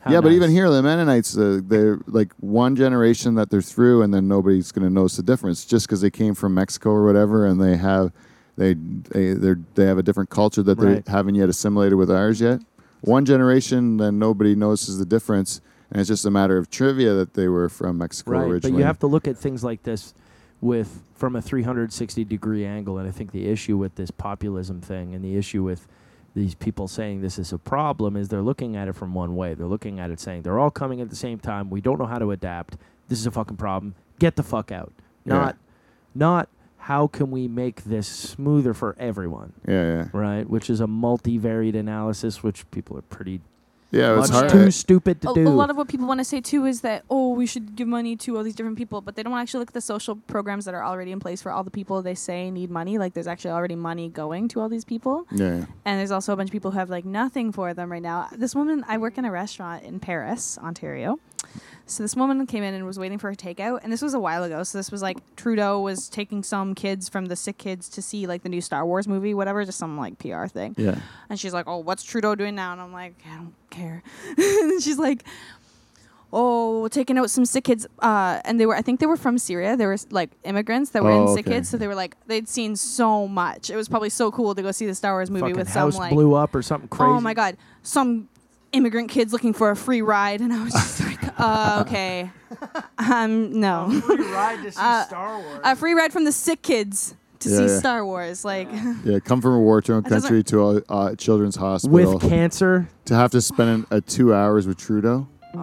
Speaker 6: How
Speaker 1: yeah, but
Speaker 6: nice.
Speaker 1: even here, the Mennonites, uh, they're like one generation that they're through, and then nobody's going to notice the difference just because they came from Mexico or whatever, and they have they they they're, they have a different culture that
Speaker 6: Right.
Speaker 1: they haven't yet assimilated with ours yet. One generation, then nobody notices the difference, and it's just a matter of trivia that they were from Mexico
Speaker 6: Right,
Speaker 1: originally.
Speaker 6: but you have to look at things like this with from a 360 degree angle, and I think the issue with this populism thing and the issue with these people saying this is a problem is they're looking at it from one way. They're looking at it saying they're all coming at the same time. We don't know how to adapt. This is a fucking problem. Get the fuck out.
Speaker 1: Yeah.
Speaker 6: Not, not how can we make this smoother for everyone,
Speaker 1: yeah, yeah,
Speaker 6: right? Which is a multivariate analysis, which people are pretty
Speaker 1: yeah. It's
Speaker 6: much
Speaker 1: hard.
Speaker 6: too stupid to
Speaker 7: a,
Speaker 6: do.
Speaker 7: a lot of what people want to say too is that oh we should give money to all these different people but they don't actually look at the social programs that are already in place for all the people they say need money like there's actually already money going to all these people
Speaker 1: yeah, yeah.
Speaker 7: and there's also a bunch of people who have like nothing for them right now this woman i work in a restaurant in paris ontario so this woman came in and was waiting for her takeout and this was a while ago so this was like trudeau was taking some kids from the sick kids to see like the new star wars movie whatever just some like pr thing
Speaker 1: yeah.
Speaker 7: and she's like, "Oh, what's Trudeau doing now?" And I'm like, "I don't care." and she's like, "Oh, taking out some sick kids." Uh, and they were, I think they were from Syria. They were like immigrants that were in
Speaker 1: Oh,
Speaker 7: sick
Speaker 1: okay.
Speaker 7: kids, so they were like, they'd seen so much. It was probably so cool to go see the Star Wars movie
Speaker 6: fucking
Speaker 7: with some
Speaker 6: house
Speaker 7: like,
Speaker 6: blew up or something crazy.
Speaker 7: oh my god, some immigrant kids looking for a free ride, and I was just like, uh, "Okay, um, no,
Speaker 10: ride to see
Speaker 7: Uh,
Speaker 10: Star Wars.
Speaker 7: a free ride from the sick kids." To
Speaker 1: Yeah,
Speaker 7: see
Speaker 1: yeah.
Speaker 7: Star Wars, like
Speaker 1: Yeah, come from a war-torn
Speaker 7: That doesn't-
Speaker 1: country to a uh, children's hospital
Speaker 6: With cancer,
Speaker 1: to have to spend an, uh, two hours with Trudeau.
Speaker 7: oh.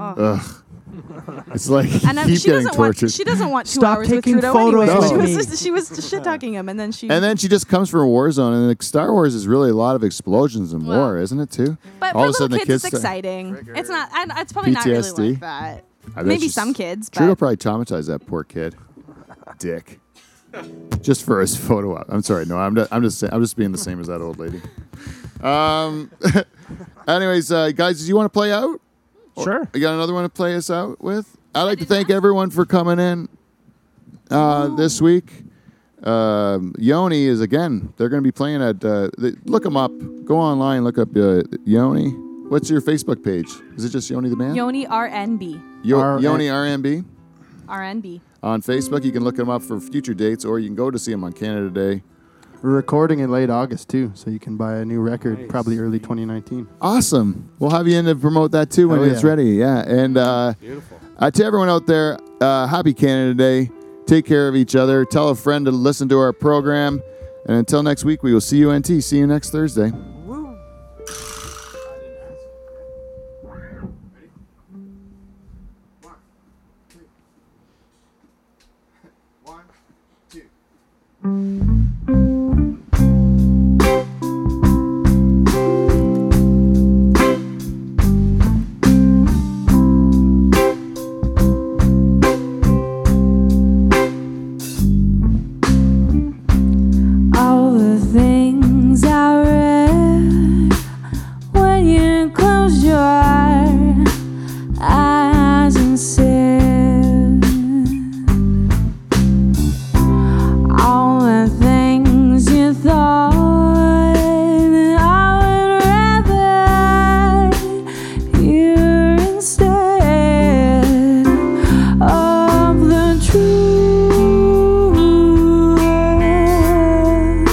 Speaker 1: Ugh. It's like you
Speaker 7: And um,
Speaker 1: keep
Speaker 7: she
Speaker 1: getting
Speaker 7: doesn't want.
Speaker 1: tortured.
Speaker 7: She doesn't want two
Speaker 6: Stop
Speaker 7: hours with
Speaker 6: taking
Speaker 7: Trudeau
Speaker 6: photos
Speaker 7: anyway.
Speaker 1: with
Speaker 7: She was
Speaker 6: me.
Speaker 7: just, she was shit talking him, and then she.
Speaker 1: and then she just comes from a war zone, and like Star Wars is really a lot of explosions and
Speaker 7: Well.
Speaker 1: war, isn't it too?
Speaker 7: but
Speaker 1: all
Speaker 7: for
Speaker 1: of a sudden
Speaker 7: little
Speaker 1: the
Speaker 7: kids,
Speaker 1: kids
Speaker 7: it's
Speaker 1: start-
Speaker 7: exciting. It's not. I, it's probably not really
Speaker 1: PTSD.
Speaker 7: like that.
Speaker 1: I bet
Speaker 7: Maybe
Speaker 1: she's-
Speaker 7: some kids,
Speaker 1: Trudeau
Speaker 7: but
Speaker 1: probably traumatized that poor kid, dick, just for his photo op. I'm sorry, no, I'm just, I'm just, saying- I'm just being the same as that old lady. Um, anyways, uh, guys, do you want to play out?
Speaker 6: Sure.
Speaker 1: You got another one to play us out with? I'd like to thank everyone for coming in uh, this week. Um, Yoni is again. They're going to be playing at. Uh, the, look them up. Go online. Look up uh, Yoni. What's your Facebook page? Is it just Yoni the man?
Speaker 7: Yoni RNB.
Speaker 1: Yo-
Speaker 8: R-
Speaker 1: Yoni RMB
Speaker 7: RNB.
Speaker 1: on Facebook. You can look him up for future dates, or you can go to see him on Canada Day.
Speaker 8: We're recording in late August too, so you can buy a new record probably early 2019.
Speaker 1: Awesome. We'll have you in to promote that too when
Speaker 8: Hell
Speaker 1: it's
Speaker 8: yeah.
Speaker 1: ready. Yeah, and. Uh,
Speaker 3: Beautiful.
Speaker 1: Uh, to everyone out there, uh, happy Canada Day. Take care of each other. Tell a friend to listen to our program. And until next week, we will see you, NT. See you next Thursday.
Speaker 2: all the things I read when you close your eyes and said all the things you thought I would rather hear instead of the true word.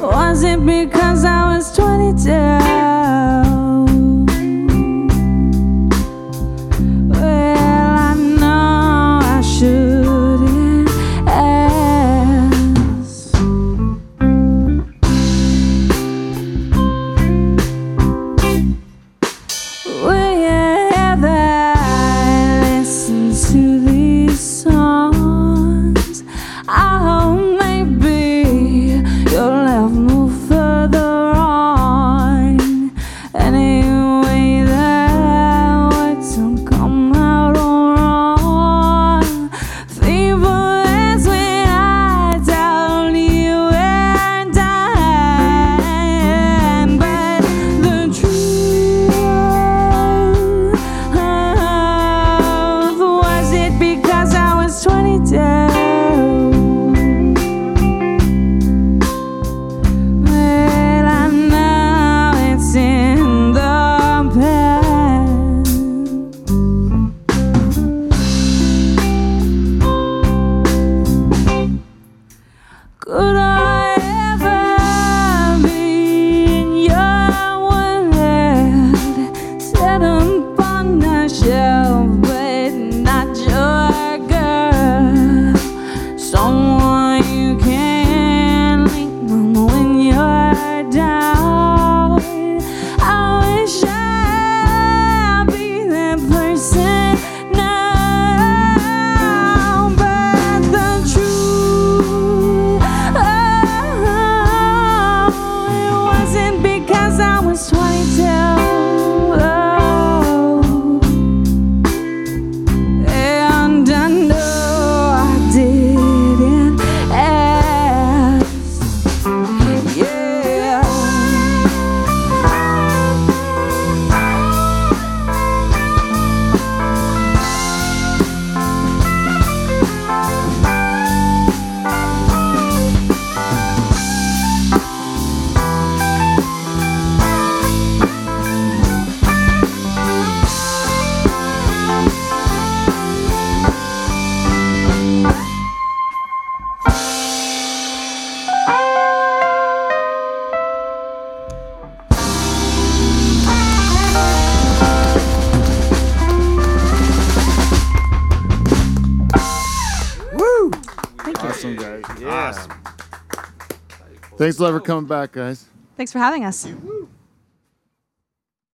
Speaker 2: Was it because I was 22? Well, I know I shouldn't ask. Will you ever listen to these songs? I hope maybe your love move further on. Anyway, that words don't come out all wrong. Feeble as when I doubt you and I, but the truth was it because I was 22. Well, I know it's in the past. Could I ever be in your world? Set upon a shelf, but not your girl. Someone you can link when you're down. I wish I'd be that person now, but the truth oh, it wasn't because I was 22, and I know I didn't ask. Yeah.
Speaker 1: Awesome, guys. Awesome. Thanks a lot for coming back, guys.
Speaker 7: Thanks for having us.